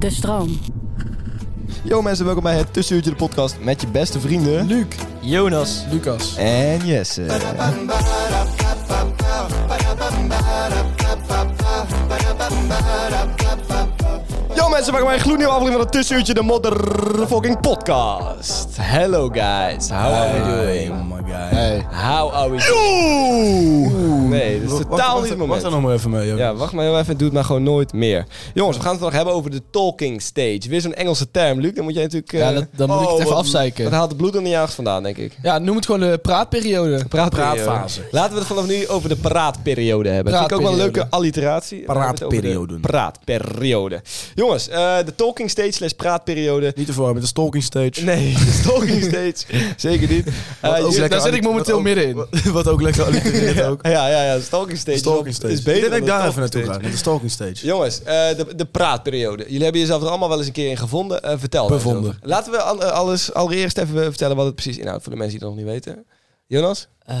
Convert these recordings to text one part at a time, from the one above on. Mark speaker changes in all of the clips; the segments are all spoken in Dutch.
Speaker 1: De stroom.
Speaker 2: Yo mensen, welkom bij het Tussenuurtje de podcast met je beste vrienden... Luc, Jonas
Speaker 3: Lucas.
Speaker 2: en Jesse. Yo mensen, welkom bij een gloednieuwe aflevering van het Tussenuurtje de motherfucking podcast. Hello guys, how are we doing?
Speaker 3: my god.
Speaker 2: How are we doing? Nee, dat is totaal niet het moment.
Speaker 3: Wacht dan nog maar even mee, joh.
Speaker 2: Ja, wacht maar heel even. Doe het maar gewoon nooit meer. Jongens, we gaan het vandaag hebben over de talking stage. Weer zo'n Engelse term, Luc. Dan moet jij natuurlijk... eh,
Speaker 3: Ja, dat- dan moet ik het even
Speaker 2: wat-
Speaker 3: afzeiken.
Speaker 2: Dat haalt de bloed aan de jacht vandaan, denk ik.
Speaker 3: Ja, noem het gewoon de praatperiode.
Speaker 2: Praatperiode.
Speaker 3: Praatfase.
Speaker 2: Laten we het vanaf nu over de praatperiode hebben. Dat vind ik ook wel een
Speaker 3: Praatperiode.
Speaker 2: leuke alliteratie. We hebben het over de
Speaker 3: Praatperioden.
Speaker 2: Praatperiode. Jongens, eh, de talking stage slash praatperiode.
Speaker 3: Niet te verwarren met de stalking stage.
Speaker 2: Nee, de talking stage. Zeker niet. Eh,
Speaker 3: Wat ook
Speaker 2: jullie-
Speaker 3: lekker
Speaker 2: daar zit ik
Speaker 3: alli-
Speaker 2: momenteel
Speaker 3: wat ook-
Speaker 2: middenin.
Speaker 3: Wat, wat ook lekker allitereert ook.
Speaker 2: Ja, ja, ja. De stalking stage, is wel-
Speaker 3: Stalking stage.
Speaker 2: is beter
Speaker 3: Ik denk dat
Speaker 2: dan
Speaker 3: ik
Speaker 2: de
Speaker 3: daar even
Speaker 2: talking
Speaker 3: naartoe
Speaker 2: stage.
Speaker 3: ga, naar de stalking stage.
Speaker 2: Jongens, eh, de, de praatperiode. Jullie hebben jezelf er allemaal wel eens een keer in gevonden. Eh, vertel. daar eens
Speaker 3: Bevonden.
Speaker 2: over. Laten we al- eh, alles, allereerst even vertellen wat het precies inhoudt voor de mensen die het nog niet weten. Jonas?
Speaker 4: Eh,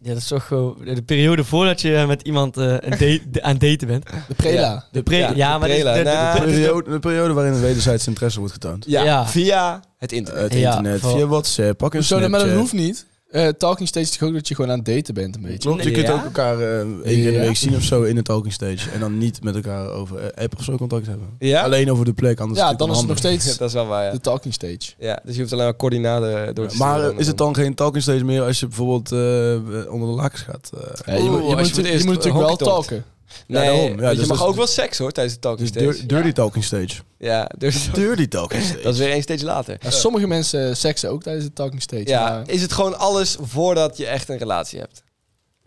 Speaker 4: ja, dat is toch gewoon de periode voordat je met iemand eh, een date- de- aan het daten bent.
Speaker 3: De prela.
Speaker 2: Ja.
Speaker 4: De pre- ja,
Speaker 2: de
Speaker 4: maar dit is-
Speaker 2: trailer.
Speaker 4: dit- dit-
Speaker 2: Nou,
Speaker 3: De periode, de periode waarin de wederzijds interesse wordt getoond. Eh,
Speaker 2: ja,
Speaker 4: ja.
Speaker 2: via het internet.
Speaker 3: Het
Speaker 4: Ja,
Speaker 3: internet,
Speaker 4: voor-
Speaker 3: via WhatsApp, pak een
Speaker 5: Zo,
Speaker 3: Snapchat.
Speaker 5: maar dat hoeft niet. Eh, talking stage is toch ook dat je gewoon aan het daten bent een beetje.
Speaker 3: Klopt, je
Speaker 4: Ja.
Speaker 3: kunt ook elkaar eh één keer in de
Speaker 5: Ja.
Speaker 3: week zien of zo in de talking stage. En dan niet met elkaar over eh, app of zo contact hebben.
Speaker 2: Ja?
Speaker 3: Alleen over de plek, anders
Speaker 5: ja,
Speaker 3: het
Speaker 5: dan is het nog
Speaker 3: natuurlijk onhandig.
Speaker 2: Ja,
Speaker 5: steeds
Speaker 2: dat is wel waar, ja.
Speaker 5: de talking stage.
Speaker 2: ja. Dus je hoeft alleen maar coördinaten door te
Speaker 3: Maar
Speaker 2: sturen.
Speaker 3: eh, is het dan geen talking stage meer als je bijvoorbeeld eh, onder de lakens gaat? eh?
Speaker 5: Ja, je, moet-
Speaker 2: Oeh, als je
Speaker 5: je moet,
Speaker 2: voor het
Speaker 5: je
Speaker 2: eerst
Speaker 5: moet natuurlijk wel
Speaker 2: hockeytocht.
Speaker 5: talken.
Speaker 2: Nee,
Speaker 3: Ja, daarom. Ja,
Speaker 2: want je
Speaker 3: dus
Speaker 2: mag
Speaker 3: dat-
Speaker 2: ook wel seks hoor, tijdens de talking
Speaker 3: Dus
Speaker 2: stage.
Speaker 3: dir- dirty talking stage.
Speaker 2: ja, dus
Speaker 3: Dirty talking stage.
Speaker 2: dat is weer één stage later.
Speaker 5: Ja, sommige mensen eh, seksen ook tijdens de talking stage.
Speaker 2: Ja,
Speaker 5: maar-
Speaker 2: is het gewoon alles voordat je echt een relatie hebt?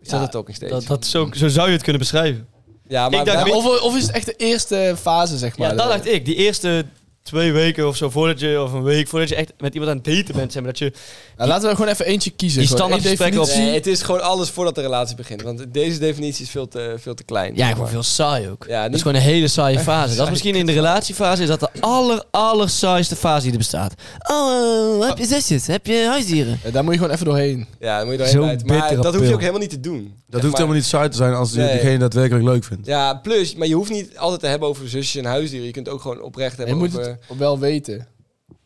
Speaker 2: Is dat
Speaker 4: Ja,
Speaker 2: het talking stage?
Speaker 4: Dat, dat zo, zo zou je het kunnen beschrijven.
Speaker 2: ja, maar
Speaker 4: ik dacht
Speaker 2: wij-
Speaker 5: Ja, of, of is het echt de eerste fase, zeg maar? Eh,
Speaker 4: Ja, dat
Speaker 5: De-
Speaker 4: dacht ik. Die eerste twee weken of zo voordat je, of een week voordat je echt met iemand aan het daten bent, zeg maar, dat je
Speaker 5: Nou, laten we gewoon even eentje kiezen.
Speaker 4: Die
Speaker 5: Gewoon één
Speaker 4: standaardgesprekken
Speaker 5: definitie.
Speaker 2: Nee, het is gewoon alles voordat de relatie begint. Want deze definitie is veel te, veel te klein.
Speaker 4: Ja,
Speaker 2: zeg
Speaker 4: gewoon
Speaker 2: maar.
Speaker 4: veel saai ook.
Speaker 2: Ja,
Speaker 4: dat
Speaker 2: niet-
Speaker 4: is gewoon een hele saaie fase. Dat is misschien in de relatiefase is dat de aller, aller saaiste fase die er bestaat. Oh, eh, heb je zesjes? Heb je huisdieren?
Speaker 5: Ja, Eh, daar moet je gewoon even doorheen.
Speaker 2: Ja, dan moet je
Speaker 4: Zo'n
Speaker 2: doorheen bijten. Maar
Speaker 4: bittere
Speaker 2: dat hoef je
Speaker 4: pil.
Speaker 2: ook helemaal niet te doen.
Speaker 3: Dat hoeft helemaal niet saai te zijn als je
Speaker 2: Nee.
Speaker 3: degene daadwerkelijk leuk vindt.
Speaker 2: Ja, plus, maar je hoeft niet altijd te hebben over zusjes en huisdieren. Je kunt het ook gewoon oprecht
Speaker 5: En je
Speaker 2: hebben
Speaker 5: moet
Speaker 2: over...
Speaker 5: het wel weten.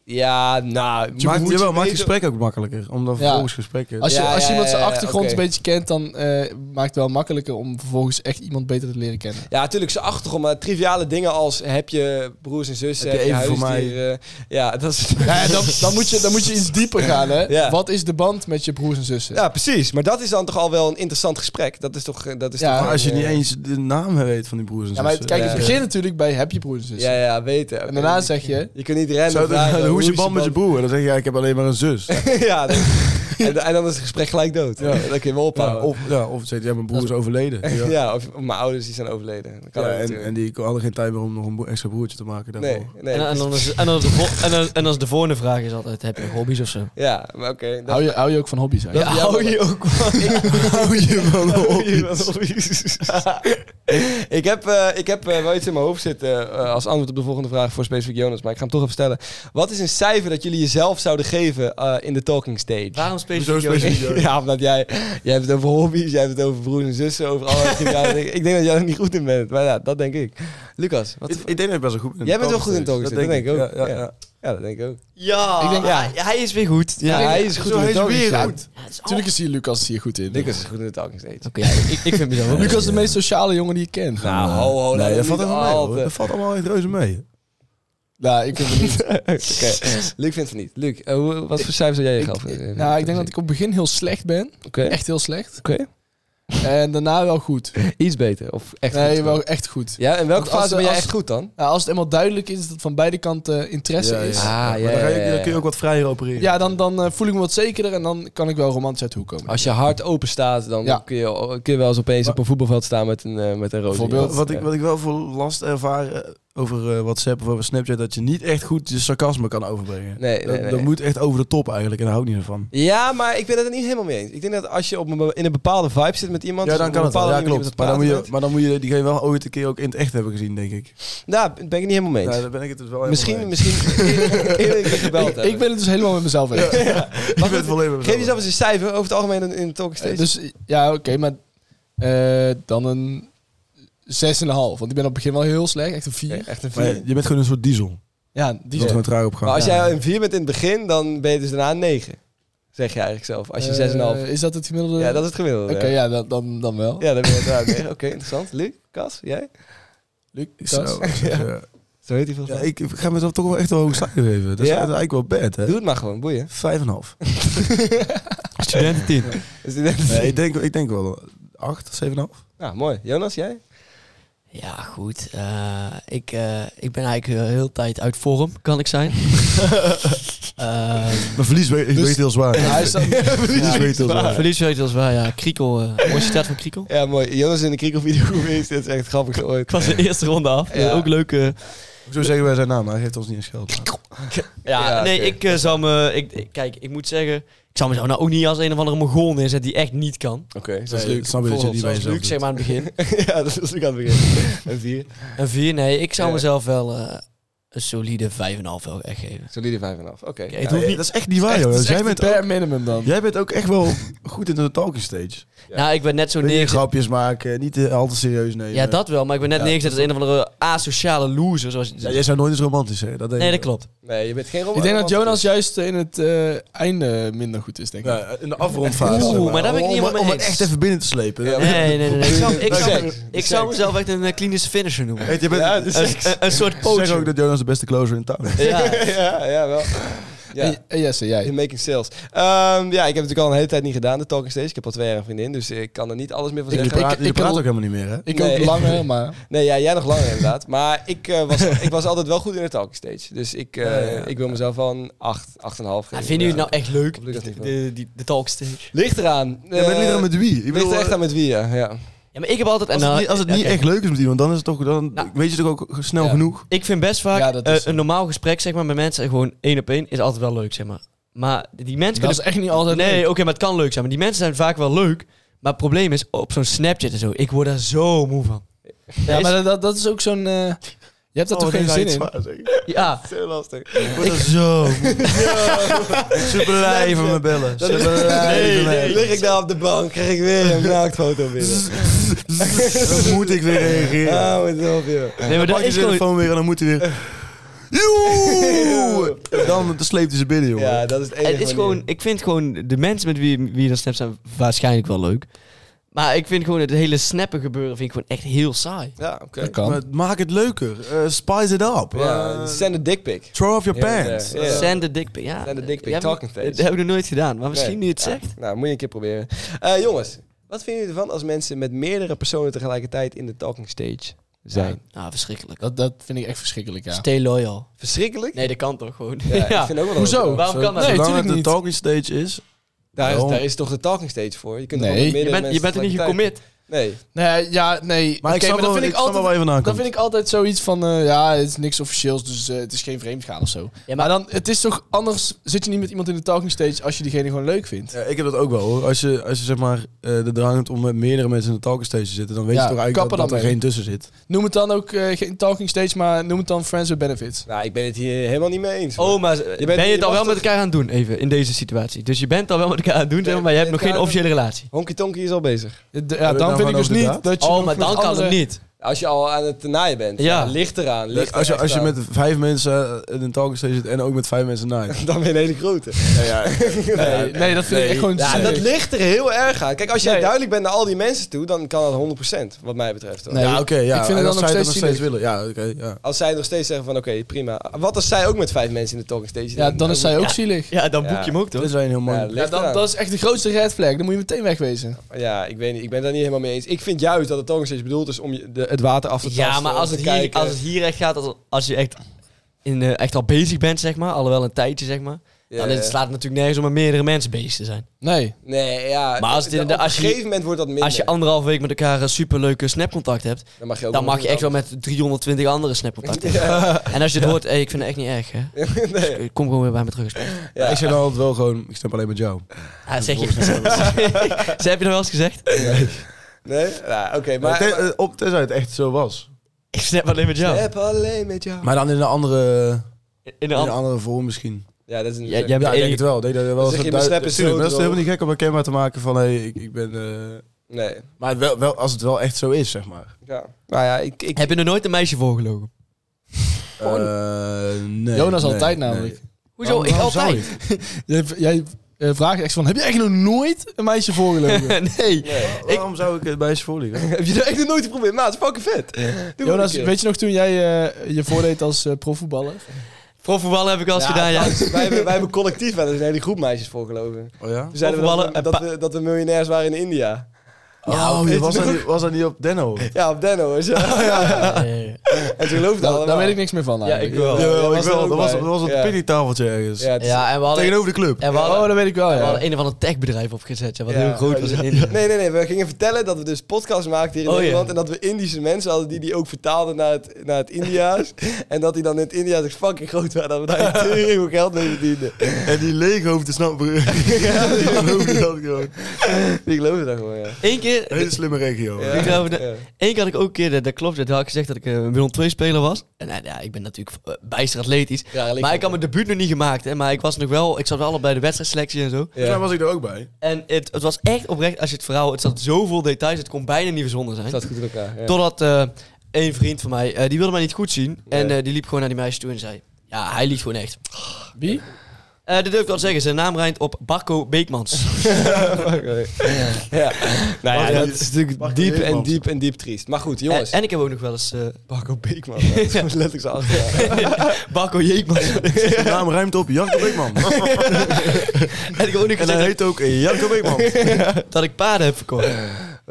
Speaker 2: Ja, nou... je
Speaker 3: Maakt,
Speaker 2: moet
Speaker 3: jawel,
Speaker 2: weten-
Speaker 3: maakt het gesprek ook makkelijker. Om dan vervolgens gesprekken...
Speaker 5: Als je,
Speaker 2: Ja, ja,
Speaker 5: als je iemand
Speaker 2: ja,
Speaker 5: zijn
Speaker 2: ja,
Speaker 5: achtergrond
Speaker 2: oké.
Speaker 5: een beetje kent, dan eh, maakt het wel makkelijker om vervolgens echt iemand beter te leren kennen.
Speaker 2: Ja, natuurlijk, ze achtergrond. Maar triviale dingen als... Heb je broers en zussen? Heb
Speaker 3: Heb
Speaker 2: je,
Speaker 3: je even voor mij?
Speaker 2: huisdieren? Ja, dat is...
Speaker 5: Ja, ja, dan, dan, moet je, dan moet je iets dieper gaan, hè?
Speaker 2: Ja.
Speaker 5: Wat is de band met je broers en zussen?
Speaker 2: Ja, precies. Maar dat is dan toch al wel een interessant gesprek. Dat is toch... eh, Dat is
Speaker 5: Ja,
Speaker 2: toch
Speaker 3: maar als je
Speaker 2: eh,
Speaker 3: niet eens de naam weet van die broers en
Speaker 5: Ja, maar
Speaker 3: zussen.
Speaker 5: het- kijk,
Speaker 2: Ja.
Speaker 5: Dus, eh, het begint natuurlijk bij heb je broers en zussen.
Speaker 2: Ja, ja, weten.
Speaker 5: En daarna zeg je,
Speaker 2: Je kunt niet rennen.
Speaker 3: Zou het-
Speaker 2: vragen,
Speaker 3: hoe is je band met je broer? Dan zeg je, ja, ik heb alleen maar een zus.
Speaker 2: ja, dat- en, en dan is het gesprek gelijk dood.
Speaker 3: Ja.
Speaker 2: Dat kun je wel
Speaker 3: Ja,
Speaker 2: ophouden.
Speaker 3: of, ja, of zegt, ja, mijn broer is overleden.
Speaker 2: Ja,
Speaker 3: Ja.
Speaker 2: of, of mijn ouders die zijn overleden. Dat kan
Speaker 3: Ja,
Speaker 2: ook
Speaker 3: en,
Speaker 2: natuurlijk.
Speaker 3: en die hadden geen tijd meer om nog een bo- extra broertje te maken daarvoor.
Speaker 2: nee, nee.
Speaker 4: En, en, dan is, en, dan is de vol- en, dan, en dan is de volgende vraag is altijd, heb je hobby's of zo?
Speaker 2: ja, maar oké. dat-
Speaker 5: hou, je, hou je ook van hobby's eigenlijk?
Speaker 2: ja, maar-
Speaker 4: ook
Speaker 3: Hou je van
Speaker 2: Hou je wel ik heb, eh, ik heb eh, wel iets in mijn hoofd zitten eh, als antwoord op de volgende vraag voor specifiek Jonas, maar ik ga hem toch even stellen. Wat is een cijfer dat jullie jezelf zouden geven eh, in de talking stage?
Speaker 4: Waarom
Speaker 3: Zo
Speaker 4: specifiek?
Speaker 3: specifiek.
Speaker 2: Ja, omdat jij, jij hebt het over hobby's, jij hebt het over broers en zussen, over allerlei dingen. Ik denk dat jij er niet goed in bent, maar ja, dat denk ik. Lucas, wat
Speaker 3: Ik, ik denk dat ik best wel goed ben. in
Speaker 2: Jij bent wel
Speaker 3: talking
Speaker 2: goed in
Speaker 3: stage.
Speaker 2: talking stage, dat denk ik ook.
Speaker 3: Ja, ja,
Speaker 2: Ja.
Speaker 3: ja.
Speaker 2: Ja, dat denk ik ook.
Speaker 4: Ja,
Speaker 5: Ik denk-
Speaker 4: ja, hij is weer goed. Ja,
Speaker 2: hij is goed
Speaker 5: Zo,
Speaker 2: in
Speaker 5: hij
Speaker 2: het
Speaker 5: is weer
Speaker 2: talking
Speaker 5: goed. Tuurlijk is hier Lucas hier goed in.
Speaker 2: Lucas is goed in de talking stage.
Speaker 4: Oké, ja, ik, ik vind mezelf ook
Speaker 5: Lucas is de meest sociale jongen die je kent.
Speaker 2: Nou, ho,
Speaker 5: eh,
Speaker 2: ho.
Speaker 3: nee, dat valt
Speaker 2: helemaal
Speaker 3: allemaal mee. hoor. Dat valt allemaal echt reuze
Speaker 2: Ah,
Speaker 3: mee.
Speaker 5: Nou, ik vind het niet.
Speaker 2: Luc vindt het niet. Luc, eh, hoe- wat voor cijfers zou jij je geld geven?
Speaker 5: Nou, ik denk dat ik op het begin heel slecht ben.
Speaker 2: Oké,
Speaker 5: Echt heel slecht.
Speaker 2: oké.
Speaker 5: En daarna wel goed.
Speaker 2: iets beter. Of echt goed
Speaker 5: Nee,
Speaker 2: gewoon?
Speaker 5: wel echt goed.
Speaker 2: Ja, en welke
Speaker 5: Want als
Speaker 2: fase
Speaker 5: we-
Speaker 2: ben jij
Speaker 5: als-
Speaker 2: echt goed dan?
Speaker 5: Nou, als het eenmaal duidelijk is dat het van beide kanten interesse
Speaker 3: Ja, ja.
Speaker 5: is.
Speaker 3: Ah,
Speaker 2: ja,
Speaker 3: maar dan, ga je,
Speaker 2: ja, ja,
Speaker 3: dan kun je
Speaker 2: ja.
Speaker 3: ook wat vrijer opereren.
Speaker 5: Ja, dan, dan eh, voel ik me wat zekerder en dan kan ik wel romantisch uit de hoek komen.
Speaker 2: Als je hard open staat, dan
Speaker 5: Ja.
Speaker 2: kun, je, kun je wel eens opeens op een voetbalveld staan met een, eh, met een roze.
Speaker 5: Bijvoorbeeld.
Speaker 2: Ja.
Speaker 3: Wat ik, wat ik wel voor last ervaar eh, over eh, WhatsApp of over Snapchat, dat je niet echt goed je sarcasme kan overbrengen.
Speaker 2: Nee, nee,
Speaker 3: dat,
Speaker 2: nee,
Speaker 3: dat
Speaker 2: nee.
Speaker 3: moet echt over de top eigenlijk en daar hou ik niet van.
Speaker 2: Ja, maar ik ben het er niet helemaal mee eens. Ik denk dat als je op een, be- in een bepaalde vibe zit met iemand...
Speaker 3: Ja,
Speaker 2: dus
Speaker 3: dan
Speaker 2: op een
Speaker 3: kan het wel.
Speaker 2: bepaalde manier
Speaker 3: Ja, klopt.
Speaker 2: met
Speaker 3: Maar dan, moet
Speaker 2: iemand
Speaker 3: je, maar dan moet je diegene wel ooit een keer ook in het echt hebben gezien, denk ik.
Speaker 2: praten bent. Nou, ben ik het niet helemaal mee
Speaker 3: Ja,
Speaker 2: eens.
Speaker 3: daar ben ik het dus wel helemaal
Speaker 2: misschien,
Speaker 3: mee.
Speaker 2: misschien eerder- eerder een keer gebeld
Speaker 5: Ik, ik ben het dus helemaal met mezelf. eens.
Speaker 3: Ik ben het wel even
Speaker 2: Geef jezelf eens een cijfer over het algemeen in, in de talking stage.
Speaker 5: Eh, Dus ja, oké, maar eh, dan een 6,5. Want ik ben op het begin wel heel slecht. Echt een 4.
Speaker 2: Oké, echt een
Speaker 3: Maar
Speaker 2: vier.
Speaker 3: ja, je bent gewoon een soort diesel.
Speaker 5: Ja, die
Speaker 3: Die is
Speaker 5: is
Speaker 3: gewoon traag op
Speaker 2: Maar
Speaker 3: gang.
Speaker 2: als
Speaker 3: Ja.
Speaker 2: jij een 4 bent in het begin, dan ben je dus daarna een 9. Zeg je eigenlijk zelf. Als je
Speaker 3: Eh,
Speaker 2: 6,5.
Speaker 5: Eh, Is dat het gemiddelde?
Speaker 2: Ja, dat is het gemiddelde.
Speaker 5: Oké, ja, dan, dan, dan wel.
Speaker 2: Ja, dan ben je het daar tegen. Oké, interessant. Luc, Cas, jij?
Speaker 5: Luc,
Speaker 3: Zo, dus,
Speaker 5: Cas?
Speaker 3: zo, zo.
Speaker 2: Zo heet hij volgens
Speaker 3: Ja,
Speaker 2: mij.
Speaker 3: ik ga mezelf toch wel echt wel hoog cijfer geven. Dat is
Speaker 2: Ja?
Speaker 3: eigenlijk wel bad, hè?
Speaker 2: Doe het maar gewoon, boeien.
Speaker 3: Vijf en een half.
Speaker 4: studententeam.
Speaker 2: Dus die-
Speaker 3: Nee, ik denk, ik denk wel acht, zeven en een half.
Speaker 2: Nou, mooi. Jonas, jij?
Speaker 4: Ja, goed. Eh, ik, eh, ik ben eigenlijk eh, heel de tijd uit vorm, kan ik zijn. Ehm,
Speaker 3: Mijn verlies weet,
Speaker 5: Dus-
Speaker 3: weet heel zwaar.
Speaker 5: Ja, hij is dan-
Speaker 3: verlies weet heel zwaar.
Speaker 4: verlies weet als wij, ja. Kriekel, eh Universiteit van Kriekel.
Speaker 2: Ja, mooi. Jonas is in de Kriekel-video geweest. Dat is echt grappig ooit.
Speaker 4: Ik was de eerste ronde af. Eh, Ook leuk. eh.
Speaker 3: Zo zeggen wij zijn naam, hij geeft ons niet eens geld.
Speaker 4: Ja,
Speaker 2: Ja,
Speaker 4: nee,
Speaker 2: oké.
Speaker 4: ik eh, zou me... Ik, ik- kijk, ik moet zeggen... Ik zou mezelf nou ook niet als een of andere Mongool neerzetten die echt niet kan.
Speaker 2: Oké,
Speaker 3: Dat is leuk. Snap je dat je
Speaker 4: Bijvoorbeeld,
Speaker 3: die bij
Speaker 4: zoals
Speaker 3: jezelf
Speaker 4: Luc, zeg maar aan het begin.
Speaker 2: ja, dat is ik aan het begin. Een 4.
Speaker 4: Een vier, nee. Ik zou
Speaker 2: Ja.
Speaker 4: mezelf wel eh, een solide 5,5 wel echt geven.
Speaker 2: Solide 5,5. Oké.
Speaker 4: Kijk, het
Speaker 3: doet.
Speaker 4: hoeft
Speaker 3: Ja,
Speaker 4: niet...
Speaker 3: dat is echt niet waar,
Speaker 5: echt-
Speaker 3: joh.
Speaker 5: het is
Speaker 3: Jij
Speaker 5: echt
Speaker 3: bent,
Speaker 5: per
Speaker 3: ook,
Speaker 5: minimum dan.
Speaker 3: jij bent ook echt wel goed in de talking stage.
Speaker 4: Nou, ik ben net zo
Speaker 3: Weet je,
Speaker 4: neergezet...
Speaker 3: grapjes maken, niet eh, al te serieus nemen.
Speaker 4: Ja, dat wel. Maar ik ben net
Speaker 3: Ja,
Speaker 4: neergezet als een of andere asociale loser. Zoals...
Speaker 3: Ja, jij zou nooit eens romantisch zijn. Dat denk
Speaker 4: Nee,
Speaker 3: ik
Speaker 4: dat klopt.
Speaker 2: Nee, je bent geen
Speaker 5: Ik
Speaker 2: robot.
Speaker 5: denk dat Jonas juist eh, in het eh, einde minder goed is, denk ik.
Speaker 3: wel. Ja, in de afrondfase.
Speaker 4: Oeh, maar daar ben ik niet
Speaker 3: Om-
Speaker 4: helemaal mee
Speaker 3: Om het
Speaker 4: eens.
Speaker 3: echt even binnen te slepen.
Speaker 2: Ja,
Speaker 3: Ja,
Speaker 2: maar-
Speaker 4: Nee, nee, nee. nee. Ik, zou, ik, zou,
Speaker 2: Oké.
Speaker 4: ik zou mezelf echt een eh, klinische finisher noemen.
Speaker 3: Weet je, je bent,
Speaker 2: Ja, dus-
Speaker 4: Een, een- een soort
Speaker 3: zeg ook
Speaker 4: poacher.
Speaker 3: dat Jonas de beste closer in town is.
Speaker 4: Ja.
Speaker 2: ja, ja, wel. Ja.
Speaker 5: En- en Jesse, jij.
Speaker 2: In making sales. Ehm, ja, ik heb het natuurlijk al een hele tijd niet gedaan, de talking stage. Ik heb al twee jaar een vriendin, dus ik kan er niet alles meer van
Speaker 3: Je
Speaker 2: zeggen.
Speaker 3: praat, je
Speaker 5: ik-
Speaker 3: praat
Speaker 5: ik-
Speaker 3: ook helemaal niet meer, hè?
Speaker 5: Ik
Speaker 2: Nee.
Speaker 5: ook langer, maar...
Speaker 2: Nee, ja, jij nog langer inderdaad. Maar ik, eh, was, ik was altijd wel goed in de talking stage. Dus ik, eh,
Speaker 3: Ja, ja.
Speaker 2: ik wil mezelf wel een 8, 8,5 geven.
Speaker 4: Nou, vinden jullie het nou echt leuk?
Speaker 2: Gelukkig
Speaker 4: De,
Speaker 2: niet,
Speaker 4: de, die- de talkstage.
Speaker 2: Ligt eraan.
Speaker 3: Je bent niet
Speaker 2: Eh,
Speaker 3: aan met wie. Ik
Speaker 2: ligt
Speaker 3: bedoel, eh,
Speaker 2: er echt aan met wie, ja. ja.
Speaker 4: Ja, maar ik heb altijd...
Speaker 3: Als
Speaker 4: en,
Speaker 3: het
Speaker 4: nou,
Speaker 3: niet, als het niet
Speaker 4: oké.
Speaker 3: echt leuk is met iemand, dan is het toch dan
Speaker 4: Nou.
Speaker 3: weet je toch ook snel
Speaker 5: Ja.
Speaker 3: genoeg.
Speaker 4: Ik vind best vaak
Speaker 5: Ja, dat is
Speaker 4: eh,
Speaker 5: zo.
Speaker 4: een normaal gesprek zeg maar, met mensen, gewoon één op één, is altijd wel leuk. Zeg maar. maar die mensen
Speaker 5: Dat is
Speaker 4: kunnen.
Speaker 5: echt niet altijd
Speaker 4: nee,
Speaker 5: leuk.
Speaker 4: oké, maar het kan leuk zijn. Maar die mensen zijn vaak wel leuk. Maar het probleem is, op zo'n Snapchat en zo, ik word daar zo moe van.
Speaker 5: Ja, maar dat- dat, dat is ook zo'n... eh, je hebt daar
Speaker 2: Oh,
Speaker 3: Oh,
Speaker 5: toch geen zin in?
Speaker 4: Ja,
Speaker 2: Heel lastig.
Speaker 3: Ik word er zo super blij van mijn bellen.
Speaker 2: Dat-
Speaker 3: Super blij
Speaker 2: Nee,
Speaker 3: van
Speaker 2: nee,
Speaker 3: mijn
Speaker 2: lig ik daar op de bank, krijg ik weer een naaktfoto binnen.
Speaker 3: Dan moet ik weer reageren.
Speaker 2: Hou het op, joh.
Speaker 4: nee, maar
Speaker 3: dan
Speaker 4: dat
Speaker 3: pak je
Speaker 4: is gewoon...
Speaker 3: telefoon weer en dan moet hij weer... Joe! Dan sleept hij ze binnen, jongen.
Speaker 2: Ja, dat is het enige
Speaker 4: Het is
Speaker 2: manier.
Speaker 4: gewoon, ik vind gewoon de mensen met wie, wie je dan snapt zijn waarschijnlijk wel leuk. Maar ik vind gewoon het hele snappen gebeuren vind ik gewoon echt heel saai.
Speaker 2: Ja, oké.
Speaker 5: Dat kan.
Speaker 3: Maar maak het leuker. Eh, spice it up.
Speaker 2: Ja,
Speaker 3: Eh,
Speaker 2: send a dick pic.
Speaker 3: throw off your
Speaker 2: Ja, ja,
Speaker 3: pants.
Speaker 2: ja.
Speaker 3: Eh,
Speaker 4: Send the dick pic. Ja,
Speaker 2: Send the dick pic,
Speaker 4: Ja, maar-
Speaker 2: talking stage.
Speaker 4: Dat heb ik nog nooit gedaan, maar misschien nu
Speaker 2: Nee.
Speaker 4: je het
Speaker 2: Ja,
Speaker 4: zegt.
Speaker 2: Nou, moet je een keer proberen. Eh, jongens, wat vinden jullie ervan als mensen met meerdere personen tegelijkertijd in de talking stage zijn?
Speaker 4: Nou, verschrikkelijk.
Speaker 5: Dat, dat vind ik echt verschrikkelijk, ja.
Speaker 4: Stay loyal.
Speaker 2: Verschrikkelijk?
Speaker 4: Nee, dat kan toch gewoon.
Speaker 2: Ja, ik vind ook wel dat
Speaker 5: Hoezo?
Speaker 2: het-
Speaker 4: Waarom kan dat?
Speaker 5: Nee,
Speaker 3: Zolang
Speaker 5: tuurlijk
Speaker 3: het een
Speaker 5: niet.
Speaker 3: talking stage is...
Speaker 2: Daar is,
Speaker 3: Waarom?
Speaker 2: daar is toch de talking stage voor? Je kunt
Speaker 5: Nee.
Speaker 2: toch met
Speaker 4: je
Speaker 2: meerdere
Speaker 4: bent, je
Speaker 2: mensen
Speaker 4: bent er niet
Speaker 2: tegelijkertijd-
Speaker 4: gecommit.
Speaker 2: Nee.
Speaker 5: Nee, ja, nee.
Speaker 3: Maar ik
Speaker 5: Oké,
Speaker 3: snap
Speaker 5: dat
Speaker 3: wel-
Speaker 5: vind
Speaker 3: ik snap wel
Speaker 5: altijd-
Speaker 3: waar je vandaan
Speaker 5: Dan
Speaker 3: komt.
Speaker 5: vind ik altijd zoiets van, eh, ja, het is niks officieels, dus eh, het is geen vreemdgaan of zo.
Speaker 4: maar-
Speaker 5: maar, dan, het is toch anders, zit je niet met iemand in de talking stage als je diegene gewoon leuk vindt.
Speaker 3: Ja, ik heb dat ook wel hoor. Als je, als je zeg maar eh, de drang hebt om met meerdere mensen in de talking stage te zitten, dan weet
Speaker 5: Ja,
Speaker 3: je toch eigenlijk
Speaker 5: kappen
Speaker 3: dat, dat
Speaker 5: dan
Speaker 3: er
Speaker 5: mee.
Speaker 3: geen tussen zit.
Speaker 5: Noem het dan ook eh, geen talking stage, maar noem het dan friends with benefits.
Speaker 2: Nou, ik ben het hier helemaal niet mee eens.
Speaker 4: Oh, maar
Speaker 2: je
Speaker 4: ben je het al
Speaker 2: mag
Speaker 4: wel met
Speaker 2: toch-
Speaker 4: elkaar aan het doen, even, in deze situatie? Dus je bent het al wel met elkaar aan het doen, zeg maar, maar je hebt nog geen officiële relatie.
Speaker 2: Honky Tonky is al bezig.
Speaker 5: De-
Speaker 3: Hebben we het
Speaker 5: ja,
Speaker 3: nou
Speaker 5: dan vind ik
Speaker 3: gewoon
Speaker 5: dus
Speaker 3: over de
Speaker 5: niet
Speaker 3: daad?
Speaker 5: dat je
Speaker 4: Oh,
Speaker 5: nog
Speaker 4: maar
Speaker 5: met
Speaker 4: dan kan
Speaker 5: andere-
Speaker 4: het niet.
Speaker 2: Als je al aan het naaien bent.
Speaker 4: Ja.
Speaker 2: Ja. Ligt eraan. Ligt
Speaker 3: als je,
Speaker 2: er
Speaker 3: als je
Speaker 2: echt
Speaker 3: met vijf mensen eh, in een talkshow zit en ook met vijf mensen naait.
Speaker 2: aan. Dan ben je een hele grote.
Speaker 5: Nee, nee, dat vind ik echt gewoon...
Speaker 2: Ja, en dat ligt er heel erg aan. Kijk, als jij
Speaker 5: Nee.
Speaker 2: duidelijk bent naar al die mensen toe, dan kan dat 100%, wat mij betreft. hoor.
Speaker 5: Nee.
Speaker 3: ja, oké. ja.
Speaker 5: Ik vind het
Speaker 3: En
Speaker 5: dan
Speaker 3: als
Speaker 5: nog
Speaker 3: zij dat
Speaker 5: steeds
Speaker 3: nog steeds willen. Ja, oké. ja.
Speaker 2: Als zij nog steeds zeggen van, oké, prima. Wat als zij ook met vijf mensen in de talking stage
Speaker 5: Ja, dan is zij ook zielig.
Speaker 4: Ja, dan
Speaker 2: boek je hem
Speaker 4: ook
Speaker 3: Dit is wel een heel mooi.
Speaker 2: Ja,
Speaker 5: Ja,
Speaker 2: ligt
Speaker 5: dan,
Speaker 2: eraan.
Speaker 5: dat is echt de grootste red flag. Dan moet je meteen wegwezen.
Speaker 2: Ja, ik weet niet. Ik ben daar niet helemaal mee eens. Ik vind juist dat het talking stage bedoeld is om je- de, het water af te tasten.
Speaker 4: Ja, maar
Speaker 2: om
Speaker 4: als
Speaker 2: te
Speaker 4: het, hier,
Speaker 2: kijken.
Speaker 4: als het hier echt gaat, als, als je echt, in, eh, echt al bezig bent, zeg maar, alhoewel een tijdje, zeg maar,
Speaker 2: Ja,
Speaker 4: dan
Speaker 2: ja.
Speaker 4: is, het slaat het natuurlijk nergens om met meerdere mensen bezig te zijn.
Speaker 5: Nee.
Speaker 2: Nee, ja.
Speaker 4: Maar als het
Speaker 2: op
Speaker 4: inderdaad-
Speaker 2: een
Speaker 4: als je-
Speaker 2: gegeven moment wordt dat minder.
Speaker 4: Als je anderhalf week met elkaar een superleuke snapcontact hebt,
Speaker 2: dan mag je, ook
Speaker 4: dan
Speaker 2: nog
Speaker 4: mag je echt wel met 320 andere snapcontacten hebben. En als je het hoort, hey, ik vind het echt niet erg, hè.
Speaker 2: nee,
Speaker 4: Ik Kom gewoon weer bij me terug.
Speaker 2: ja.
Speaker 3: Ik zeg dan altijd wel gewoon, ik snap alleen met jou.
Speaker 4: Ah, zeg je. Ze heb je nog wel eens gezegd?
Speaker 2: Nee? Ja, oké.
Speaker 3: Maar,
Speaker 2: maar...
Speaker 3: te,
Speaker 2: maar-
Speaker 3: eh, op, tenzij het echt zo was.
Speaker 4: Ik snap alleen met jou.
Speaker 2: Heb alleen met jou.
Speaker 3: Maar dan in een andere,
Speaker 4: In
Speaker 3: in
Speaker 4: de
Speaker 3: een
Speaker 4: hand.
Speaker 3: andere vorm misschien.
Speaker 2: Ja, dat is een...
Speaker 4: Jij, jij bent
Speaker 3: Ja, ik denk
Speaker 4: één-
Speaker 3: het wel. Ik Denk dat er wel
Speaker 2: Dan zeg
Speaker 3: een
Speaker 2: je,
Speaker 3: soort
Speaker 2: mijn
Speaker 3: duid-
Speaker 2: slep is
Speaker 3: Tuurlijk,
Speaker 2: zo
Speaker 3: dat is
Speaker 2: droog.
Speaker 3: helemaal niet gek om herkenbaar te maken van, hé, ik, ik ben... eh,
Speaker 2: Nee.
Speaker 3: maar wel, wel, als het wel echt zo is, zeg maar.
Speaker 2: Ja. Nou ja, ik... ik...
Speaker 4: Heb je nog nooit een meisje voorgelogen?
Speaker 3: Eh, nee,
Speaker 5: Jonas
Speaker 3: nee,
Speaker 5: altijd
Speaker 3: nee.
Speaker 5: namelijk.
Speaker 4: Hoezo?
Speaker 3: Waarom-
Speaker 4: ik
Speaker 3: waarom zou
Speaker 4: altijd.
Speaker 5: Jij, jij eh, vraagt echt van, heb je echt nog nooit een meisje voorgelogen?
Speaker 4: nee.
Speaker 3: Waarom zou ik het bij ze voorliegen?
Speaker 2: Heb je dat echt nog nooit geprobeerd? Maat, het is fucking vet. Doe
Speaker 5: Jonas,
Speaker 2: maar een keer.
Speaker 5: weet je nog toen jij eh, je voordeed als eh, profvoetballer?
Speaker 3: Oh,
Speaker 4: Profvoetballen heb ik al eens gedaan, ja.
Speaker 2: trouwens, wij, hebben, wij hebben collectief wel eens een hele groep meisjes voorgelogen.
Speaker 3: Oh ja?
Speaker 2: Toen zeiden we dat, we-
Speaker 4: Voetballen,
Speaker 2: dat, we, dat we miljonairs waren in India.
Speaker 3: Oh, je was, dat niet, was dat niet op Denno?
Speaker 2: Ja, op Denno. is- Ja. En ze geloofden
Speaker 5: Daar,
Speaker 2: allemaal.
Speaker 5: daar weet ik niks meer van
Speaker 4: Ja,
Speaker 5: eigenlijk.
Speaker 4: ik wel.
Speaker 2: Ja,
Speaker 3: Jawel,
Speaker 2: was
Speaker 3: ik
Speaker 2: er
Speaker 3: wel.
Speaker 2: ook
Speaker 3: Dat was,
Speaker 2: bij.
Speaker 3: dat was op het
Speaker 2: Ja.
Speaker 3: picknicttafeltje ergens.
Speaker 2: Ja, het is-
Speaker 4: Ja, en we hadden,
Speaker 3: Tegenover de club.
Speaker 4: en we hadden,
Speaker 5: Oh, dat weet ik wel,
Speaker 4: we
Speaker 5: ja.
Speaker 4: hadden een of ander techbedrijf opgezet, ja, wat
Speaker 2: Ja.
Speaker 4: heel groot was in India.
Speaker 2: Nee, nee, nee. We gingen vertellen dat we dus podcasts maakten hier in
Speaker 4: Oh, ja.
Speaker 2: Nederland. En dat we Indische mensen hadden die die ook vertaalden naar het, naar het India's. en dat die dan in het India's echt fucking groot waren. Dat we daar echt heel veel geld mee verdienden.
Speaker 3: En die leeghoofden snappen. die geloofden dat gewoon.
Speaker 2: Die geloofde dat gewoon, ja.
Speaker 4: Eén keer,
Speaker 3: Hele slimme regio.
Speaker 2: Ja.
Speaker 3: hoor.
Speaker 4: Ik geloof het-
Speaker 2: Ja.
Speaker 4: één keer had ik ook een keer, dat- dat klopt, dat had ik gezegd dat ik eh, een Willem 2 speler was. En eh, ja, ik ben natuurlijk eh, bijster atletisch. maar ik had mijn debuut nog niet gemaakt, hè, maar ik was nog wel, ik zat wel allebei de wedstrijdselectie en zo.
Speaker 3: Volgens mij was ik er ook bij.
Speaker 4: En het, het was echt oprecht, als je het verhaal, het zat zoveel details, het kon bijna niet verzonnen zijn.
Speaker 2: Staat goed in elkaar. Ja.
Speaker 4: Totdat eh één vriend van mij, eh, die wilde mij niet goed zien. En
Speaker 2: Ja.
Speaker 4: eh, die liep gewoon naar die meisjes toe en zei... Ja, hij liep gewoon echt.
Speaker 5: Wie?
Speaker 4: Eh dit durf ik wel te zeggen. Zijn naam rijmt op Barco Beekmans.
Speaker 2: Oké. ja. Nou ja,
Speaker 3: Wacht,
Speaker 2: dat
Speaker 3: dit-
Speaker 2: is natuurlijk
Speaker 3: wacht,
Speaker 2: diep en
Speaker 3: Nederland.
Speaker 2: diep en diep triest. Maar goed,
Speaker 4: en,
Speaker 2: jongens.
Speaker 4: en ik heb ook nog wel eens... eh
Speaker 2: Marco Beekman. Dat is gewoon letterlijk zo achteraan.
Speaker 4: Barco Jeekmans.
Speaker 3: De naam ruimt op Janko Beekman.
Speaker 4: en ik heb ook
Speaker 3: en hij
Speaker 4: nog gezegd
Speaker 3: heet ook Janko Beekman. Maar
Speaker 4: dat, dat ik paarden heb verkocht.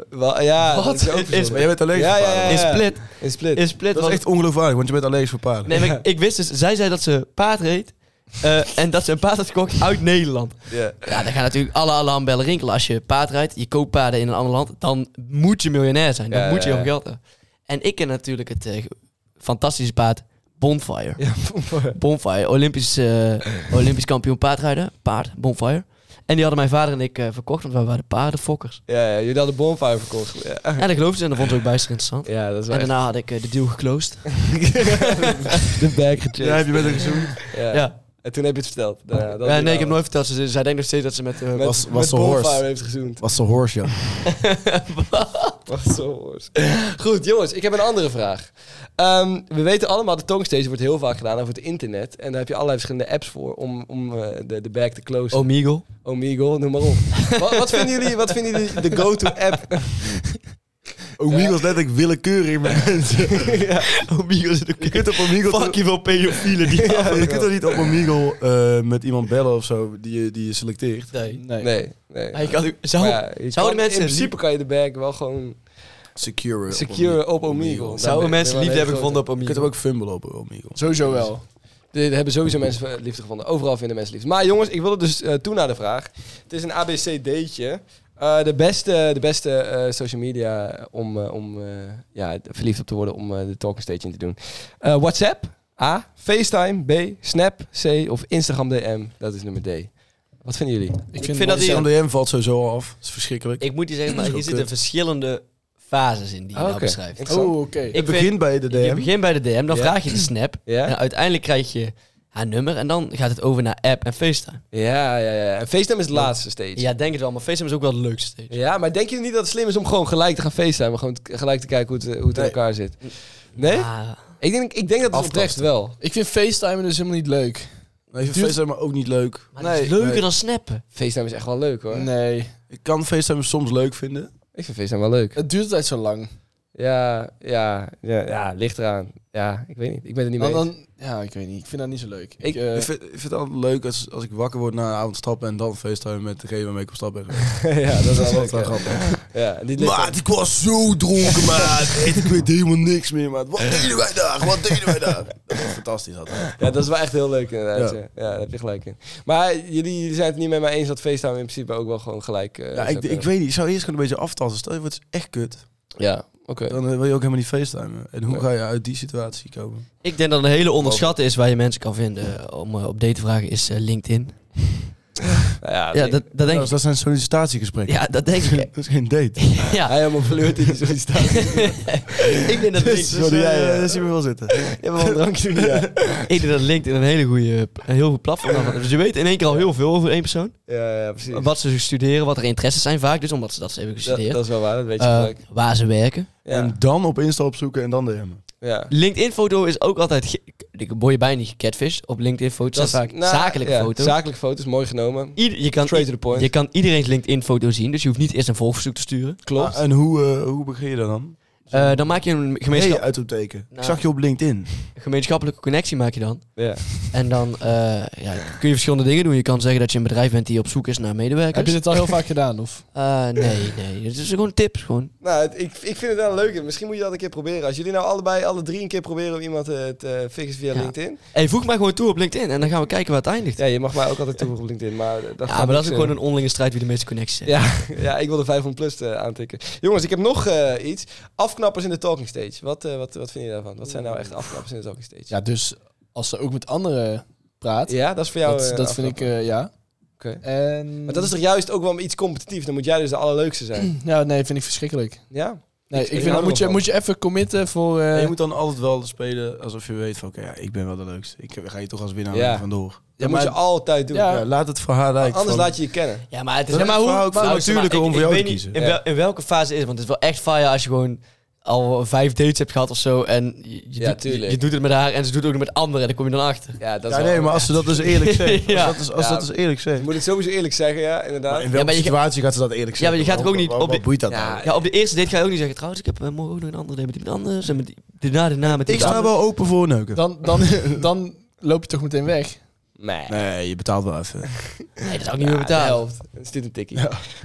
Speaker 2: Wel, Ja, dat
Speaker 4: Wat?
Speaker 2: is ook
Speaker 4: Is-
Speaker 2: verzonnen.
Speaker 3: jij bent alleen
Speaker 2: Ja, ja, ja.
Speaker 4: In Split.
Speaker 2: In Split.
Speaker 4: In Split
Speaker 3: Dat
Speaker 4: was...
Speaker 3: is echt ongeloofwaardig, want je bent allergisch voor paarden.
Speaker 4: Nee, maar ik, ik wist dus... Zij zei dat ze paard reed. eh, en dat ze een paard had verkocht uit Nederland.
Speaker 2: Ja.
Speaker 4: Ja, dan gaan natuurlijk alle alarmbellen rinkelen. Als je paard rijdt, je koopt paarden in een ander land, dan moet je miljonair zijn. Dan
Speaker 2: Ja,
Speaker 4: moet je
Speaker 2: ja,
Speaker 4: op
Speaker 2: ja.
Speaker 4: geld hebben. En ik ken natuurlijk het eh, fantastische paard Bonfire. Bonfire, Olympisch, eh, Olympisch kampioen paardrijden. Paard, Bonfire. En die hadden mijn vader en ik eh, verkocht, want wij waren paardenfokkers.
Speaker 2: Ja, ja, jullie hadden bonfire verkocht. Ja,
Speaker 4: En dat geloofden ze en dat vond ze ook bijster interessant.
Speaker 2: ja dat is
Speaker 4: En
Speaker 2: wel echt
Speaker 4: daarna had ik eh, de deal geclosed.
Speaker 2: de bag gechased.
Speaker 3: Ja, heb je met hem gezoend?
Speaker 2: Ja.
Speaker 4: Ja.
Speaker 2: En toen heb je het verteld. Ja, dat
Speaker 4: Eh,
Speaker 2: is
Speaker 4: nee, ik heb
Speaker 2: wel-
Speaker 4: nooit verteld. Ze, zij denkt nog steeds dat ze met... eh,
Speaker 2: met,
Speaker 3: was- was
Speaker 2: met
Speaker 3: de horse.
Speaker 2: Bonfire heeft gezoend.
Speaker 3: Was de horse, ja.
Speaker 2: Was zo horse. Goed, jongens, ik heb een andere vraag. Ehm, we weten allemaal, de tongstage wordt heel vaak gedaan over het internet. En daar heb je allerlei verschillende apps voor om, om eh, de, de bag te closen.
Speaker 4: Omegle.
Speaker 2: Omegle, noem maar op. wat, wat, vinden jullie, wat vinden jullie de go-to-app?
Speaker 3: Omegle was letterlijk willekeurig met mensen.
Speaker 4: Omegle is
Speaker 3: Je kunt op Omegle...
Speaker 4: fucking veel pedofielen. Die
Speaker 3: Ja, je kunt er niet op Omegle eh, met iemand bellen of zo die je, die je selecteert.
Speaker 4: Nee.
Speaker 5: Nee.
Speaker 2: Nee, nee.
Speaker 4: Maar je kan ook- zou,
Speaker 2: Maar ja, je
Speaker 4: zouden
Speaker 2: kan-
Speaker 4: mensen
Speaker 2: in principe
Speaker 4: lief-
Speaker 2: kan je de bag wel gewoon
Speaker 3: Secure. op
Speaker 2: secure op Omegle.
Speaker 4: zouden mensen liefde hebben
Speaker 2: gevonden
Speaker 4: gevonden op
Speaker 3: Je
Speaker 4: Omegle?
Speaker 3: kunt hem ook fumble op Omegle.
Speaker 5: Sowieso
Speaker 3: dus
Speaker 5: wel.
Speaker 2: Er hebben sowieso mensen eh, liefde gevonden. Overal vinden mensen liefde. Maar jongens, ik wilde dus eh, toe naar de vraag. Het is een ABCD'tje. Eh de beste, de beste eh, social media om, eh, om eh, ja, verliefd op te worden, om eh, de talking stage in te doen. Eh, WhatsApp, A. FaceTime, B. Snap, C. Of Instagram DM. Dat is nummer D. Wat vinden jullie?
Speaker 4: Ik vind dat die-
Speaker 3: Sam DM valt sowieso af. Dat is verschrikkelijk.
Speaker 4: Ik moet je zeggen, maar
Speaker 3: Dat is
Speaker 4: hier
Speaker 3: ook
Speaker 4: zitten
Speaker 3: kut. Ah,
Speaker 4: verschillende fases in die je nou
Speaker 2: Oké.
Speaker 4: beschrijft.
Speaker 2: Interessant.
Speaker 5: Oh, oké.
Speaker 4: Ik
Speaker 3: het begint bij de DM.
Speaker 4: Je begint bij de DM, dan
Speaker 2: Ja.
Speaker 4: vraag je de snap.
Speaker 2: Ja.
Speaker 4: En uiteindelijk krijg je... haar nummer. En dan gaat het over naar app en FaceTime.
Speaker 2: Ja, ja, ja. En FaceTime is het laatste stage.
Speaker 4: Ja, denk het wel. Maar FaceTime is ook wel het leukste stage.
Speaker 2: Ja, maar denk je niet dat het slim is om gewoon gelijk te gaan facetimen? Gewoon t- gelijk te kijken hoe het, eh, hoe het in elkaar zit? Nee?
Speaker 4: Ah,
Speaker 2: Ik, denk, ik denk dat het
Speaker 3: Aftasten.
Speaker 2: oprecht wel.
Speaker 5: Ik vind FaceTime dus helemaal niet leuk.
Speaker 3: Nee, ik vind FaceTime maar ook niet leuk.
Speaker 4: maar dat is leuker dan snappen.
Speaker 2: FaceTime is echt wel leuk hoor.
Speaker 5: Nee.
Speaker 3: Ik kan FaceTime soms leuk vinden.
Speaker 2: Ik vind FaceTime wel leuk.
Speaker 5: Het duurt altijd zo lang.
Speaker 2: Ja, ja, ja, ja, ligt eraan. Ja, ik weet niet. Ik ben er niet mee.
Speaker 5: Dan,
Speaker 2: eens.
Speaker 5: dan, ja, ik weet niet. Ik vind dat niet zo leuk.
Speaker 2: Ik-
Speaker 5: Ik, eh,
Speaker 3: ik, vind, ik vind het altijd leuk als, als ik wakker word na een avond stappen en dan FaceTime met degene waarmee ik op stap ben. geweest.
Speaker 2: ja, dat is wel
Speaker 3: Dat
Speaker 2: leuk.
Speaker 3: is wel
Speaker 2: ja.
Speaker 3: grappig.
Speaker 2: Ja, en dit ligt
Speaker 3: Maat, ik was zo dronken, maat. Echt, Ik weet helemaal niks meer, maat. Wat deden wij daar? Wat deden wij daar? Dat was fantastisch altijd.
Speaker 2: ja, dat is wel echt heel leuk inderdaad. Ja,
Speaker 3: Ja.
Speaker 2: ja. daar heb je gelijk in. Maar jullie, jullie zijn het niet met mij eens dat FaceTime in principe ook wel gewoon gelijk eh,
Speaker 3: Ja,
Speaker 2: zou
Speaker 3: ik, ik
Speaker 2: kunnen.
Speaker 3: weet niet. Ik zou eerst gewoon een beetje aftasten. Stel je wordt echt kut.
Speaker 2: Ja, oké.
Speaker 3: Dan eh, wil je ook helemaal niet facetimen. En hoe ga je uit die situatie komen?
Speaker 4: Ik denk dat een hele onderschatte is waar je mensen kan vinden eh, om eh, op date te vragen, is eh, LinkedIn.
Speaker 2: Nou ja,
Speaker 4: Ja, dat, dat denk
Speaker 3: Dat,
Speaker 4: ik.
Speaker 3: dat zijn sollicitatiegesprekken.
Speaker 4: Ja, dat denk ik.
Speaker 3: Dat is geen date.
Speaker 4: Ja,
Speaker 2: Hij helemaal flirt in die sollicitatie.
Speaker 4: ik denk dat
Speaker 3: Dus,
Speaker 4: LinkedIn,
Speaker 3: sorry,
Speaker 2: eh,
Speaker 3: jij, eh, dat zie je wel zitten.
Speaker 2: Je hebt wel een drankje doen, ja.
Speaker 4: ik denk dat LinkedIn een hele goede, een heel goed platform is. Dus je weet in één keer al heel veel over één persoon.
Speaker 2: Ja, ja, precies.
Speaker 4: Wat ze studeren, wat er interesses zijn vaak, dus omdat ze dat ze hebben
Speaker 2: Dat,
Speaker 4: gestudeerd.
Speaker 2: dat is wel waar, dat weet je
Speaker 4: Eh,
Speaker 2: gelijk.
Speaker 4: waar ze werken.
Speaker 2: Ja,
Speaker 3: En dan op Insta opzoeken en dan DM'en.
Speaker 2: ja.
Speaker 4: LinkedIn-foto is ook altijd... ge- Ik word je bijna niet gecatfished op LinkedIn-foto's. Dat is vaak
Speaker 2: nou,
Speaker 4: zakelijke
Speaker 2: ja,
Speaker 4: foto.
Speaker 2: Zakelijke foto's, mooi genomen.
Speaker 4: Ieder- je, kan
Speaker 2: Straight to the point.
Speaker 4: je kan iedereen's LinkedIn-foto zien, dus je hoeft niet eerst een volgverzoek te sturen.
Speaker 2: Klopt.
Speaker 3: Ah, en hoe, eh, hoe begin je daar dan?
Speaker 4: Eh, dan maak je een gemeenscha-
Speaker 3: Hey, uitroepteken. Ik
Speaker 4: Nou.
Speaker 3: zag je op LinkedIn.
Speaker 4: gemeenschappelijke connectie maak je dan.
Speaker 2: ja.
Speaker 4: En dan eh, ja, kun je verschillende dingen doen. Je kan zeggen dat je een bedrijf bent die op zoek is naar medewerkers.
Speaker 5: heb je dit al heel vaak gedaan? Of?
Speaker 4: Eh, nee, nee. Het is gewoon tips. Gewoon.
Speaker 2: Nou, het- ik, ik vind het wel leuk. Misschien moet je dat een keer proberen. Als jullie nou allebei, alle drie een keer proberen om iemand eh, te fixen via
Speaker 4: Ja.
Speaker 2: LinkedIn.
Speaker 4: Hey, voeg mij gewoon toe op LinkedIn en dan gaan we kijken waar het eindigt.
Speaker 2: Ja, je mag mij ook altijd toevoegen op LinkedIn. Maar dat gaat
Speaker 4: ja, maar
Speaker 2: niks
Speaker 4: dat is ook gewoon
Speaker 2: doen.
Speaker 4: een onderlinge strijd wie de meeste connecties heeft.
Speaker 2: Ja, ja, ik wil de 500 plus eh, aantikken. Jongens, ik heb nog eh, iets. Afknappers in de talking stage. Wat, eh, wat, wat vind je daarvan? Wat zijn nou echt afknappers in de talking stage?
Speaker 5: Ja, dus als ze ook met anderen praat,
Speaker 2: Ja, dat is voor jou.
Speaker 5: dat,
Speaker 2: eh,
Speaker 5: dat vind ik,
Speaker 2: afknapper.
Speaker 5: eh, ja.
Speaker 2: Oké.
Speaker 5: En...
Speaker 2: Maar dat is toch juist ook wel iets competitiefs. Dan moet jij dus de allerleukste zijn.
Speaker 5: Ja, nou, nee, vind ik verschrikkelijk.
Speaker 2: ja?
Speaker 5: Nee,
Speaker 2: Ik-
Speaker 5: ik,
Speaker 2: ik
Speaker 5: vind,
Speaker 2: hou
Speaker 5: dan moet
Speaker 2: ervan.
Speaker 5: je, moet je even committen voor... eh,
Speaker 3: En je moet dan altijd wel spelen alsof je weet van... Oké, ja, ik ben wel de leukste. Ik ga je toch als winnaar
Speaker 2: Ja.
Speaker 3: vandoor.
Speaker 2: Dat
Speaker 3: maar-
Speaker 2: moet je altijd doen.
Speaker 3: Ja, laat het voor haar lijken.
Speaker 2: Anders
Speaker 3: van-
Speaker 2: laat je je kennen.
Speaker 4: Ja, maar het is
Speaker 3: Dat is
Speaker 4: maar
Speaker 3: voor haar ook veel
Speaker 4: maar-
Speaker 3: natuurlijker
Speaker 4: maar
Speaker 3: om
Speaker 4: ik-
Speaker 3: voor
Speaker 4: ik
Speaker 3: jou
Speaker 4: weet
Speaker 3: te
Speaker 4: niet
Speaker 3: kiezen.
Speaker 4: In, wel- in welke fase is het? Want het is wel echt fire als je gewoon al vijf dates hebt gehad of zo. En je, je
Speaker 2: Ja,
Speaker 4: doet, je,
Speaker 2: tuurlijk.
Speaker 4: je doet het met haar en ze doet het ook nog met anderen. En dan kom je dan achter.
Speaker 2: Ja, dat
Speaker 3: Ja,
Speaker 2: is wel-
Speaker 3: nee, maar als ze dat dus eerlijk zegt.
Speaker 4: Ja.
Speaker 3: Als, dat is, als
Speaker 2: Ja.
Speaker 3: dat dus eerlijk zegt.
Speaker 2: Je moet het sowieso eerlijk zeggen, ja, inderdaad.
Speaker 3: in
Speaker 4: welke
Speaker 3: welke
Speaker 4: maar je ga-
Speaker 3: situatie gaat ze dat eerlijk zeggen?
Speaker 4: zeggen? gaat ook Waarom- niet op waarom- de-
Speaker 3: boeit dat nou?
Speaker 2: Ja,
Speaker 4: Ja, op de eerste date ga je ook niet zeggen, trouwens, ik heb eh, morgen ook nog een andere date met iemand anders. En met die, daarna, daarna met die
Speaker 3: Ik sta wel open voor neuken.
Speaker 5: dan, dan, dan loop je toch meteen weg.
Speaker 2: Nee.
Speaker 3: Nee, je betaalt wel even.
Speaker 4: Nee, dat is ook niet meer betaald.
Speaker 2: Is dit een tikkie?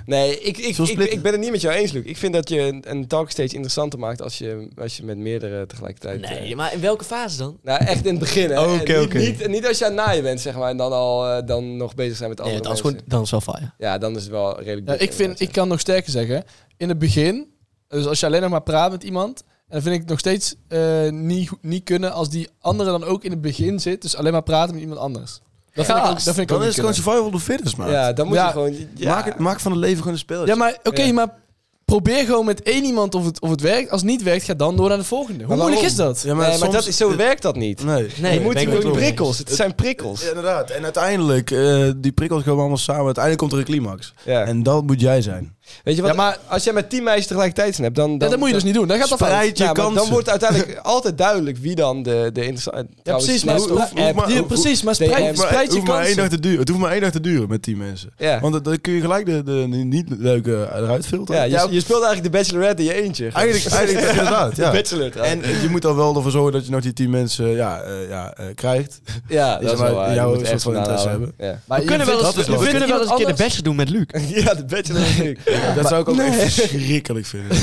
Speaker 2: Nee, ik, ik,
Speaker 3: Zullen we
Speaker 2: ik,
Speaker 3: splitten?
Speaker 2: ik ben het niet met jou eens, Luc. Ik vind dat je een, een talk steeds interessanter maakt als je, als je met meerdere tegelijkertijd... eh,
Speaker 4: Nee, maar in welke fase dan?
Speaker 2: nou, echt in het begin. hè.
Speaker 4: Oké,
Speaker 2: niet,
Speaker 4: oké.
Speaker 2: Niet, niet als je aan het naaien bent, zeg maar, en dan al eh, dan nog bezig zijn met
Speaker 4: Nee,
Speaker 2: andere
Speaker 4: want anders
Speaker 2: mensen.
Speaker 4: gewoon, dan is het wel fire.
Speaker 2: Ja, dan is het wel redelijk...
Speaker 5: Ja,
Speaker 2: dik,
Speaker 5: ik, vind, ik
Speaker 2: inderdaad,
Speaker 5: kan nog sterker zeggen, in het begin, dus als je alleen nog maar praat met iemand, en dan vind ik het nog steeds eh, niet, goed- niet kunnen als die andere dan ook in het begin zit, dus alleen maar praten met iemand anders. Dat vind ik ook, dat vind ik
Speaker 3: Dan
Speaker 5: ook
Speaker 3: is
Speaker 5: niet
Speaker 3: het gewoon
Speaker 5: kunnen.
Speaker 3: survival of the fittest,
Speaker 2: ja.
Speaker 3: man.
Speaker 2: Ja, dan moet
Speaker 5: Ja.
Speaker 2: je gewoon... Ja.
Speaker 3: Maak, het, maak van het leven gewoon een spelletje.
Speaker 5: Ja, maar oké,
Speaker 2: Ja.
Speaker 5: maar probeer gewoon met één iemand of het, of het werkt. Als het niet werkt, ga dan door naar de volgende. Hoe
Speaker 2: Maar
Speaker 5: moeilijk is
Speaker 2: waarom?
Speaker 5: dat?
Speaker 3: Ja, maar
Speaker 2: nee, maar
Speaker 3: soms-
Speaker 2: dat is, zo werkt dat niet.
Speaker 3: Nee.
Speaker 4: Nee,
Speaker 2: je moet
Speaker 4: ben
Speaker 2: je
Speaker 4: ik
Speaker 2: moet
Speaker 4: ook niet
Speaker 2: prikkels.
Speaker 4: mee
Speaker 2: Het zijn prikkels.
Speaker 3: Ja, inderdaad. En uiteindelijk, eh, die prikkels komen allemaal samen. Uiteindelijk komt er een climax.
Speaker 2: Ja.
Speaker 3: En dat moet jij zijn.
Speaker 2: Weet je wat?
Speaker 5: Ja,
Speaker 2: maar als jij met tien meisjes tegelijkertijd snapt, dan, dan...
Speaker 5: ja, dat moet je dus niet doen. Dan gaat dat fout.
Speaker 3: Spreid je
Speaker 2: Ja, maar dan
Speaker 3: kansen.
Speaker 2: wordt uiteindelijk altijd duidelijk wie dan de, de interessante...
Speaker 5: Ja, precies, maar,
Speaker 3: hoe- hoe-
Speaker 5: ja,
Speaker 3: hoe-
Speaker 5: ja,
Speaker 3: hoe-
Speaker 5: precies, maar
Speaker 2: hoe-
Speaker 5: spreid,
Speaker 2: hoe-
Speaker 5: spreid
Speaker 3: het,
Speaker 5: je
Speaker 3: hoeft maar één dag
Speaker 5: kansen.
Speaker 3: te duren. het hoeft maar één dag te duren met die mensen.
Speaker 2: Ja.
Speaker 3: Want dan- dan kun je gelijk de, de niet leuke eruit filteren.
Speaker 2: Ja, je, je speelt eigenlijk de Bachelorette in je eentje.
Speaker 3: Eigenlijk, eigenlijk inderdaad. Ja.
Speaker 2: Bachelor
Speaker 3: En
Speaker 2: trouwens.
Speaker 3: je moet er wel ervoor zorgen dat je nog die tien mensen ja, eh, ja, eh, krijgt.
Speaker 2: ja,
Speaker 3: die zijn waar- jouw
Speaker 2: moet
Speaker 3: soort
Speaker 2: echt
Speaker 3: van
Speaker 2: vandaan
Speaker 3: interesse
Speaker 2: houden. Ja.
Speaker 5: Maar
Speaker 4: We kunnen
Speaker 5: je
Speaker 4: wel eens,
Speaker 2: dus
Speaker 5: vindt-
Speaker 3: is
Speaker 4: we
Speaker 5: je
Speaker 4: kunnen wel
Speaker 5: vindt
Speaker 4: eens een keer de
Speaker 5: iemand
Speaker 4: best doen met Luc.
Speaker 2: ja, de Bachelor
Speaker 3: dat zou ik ook echt verschrikkelijk vinden.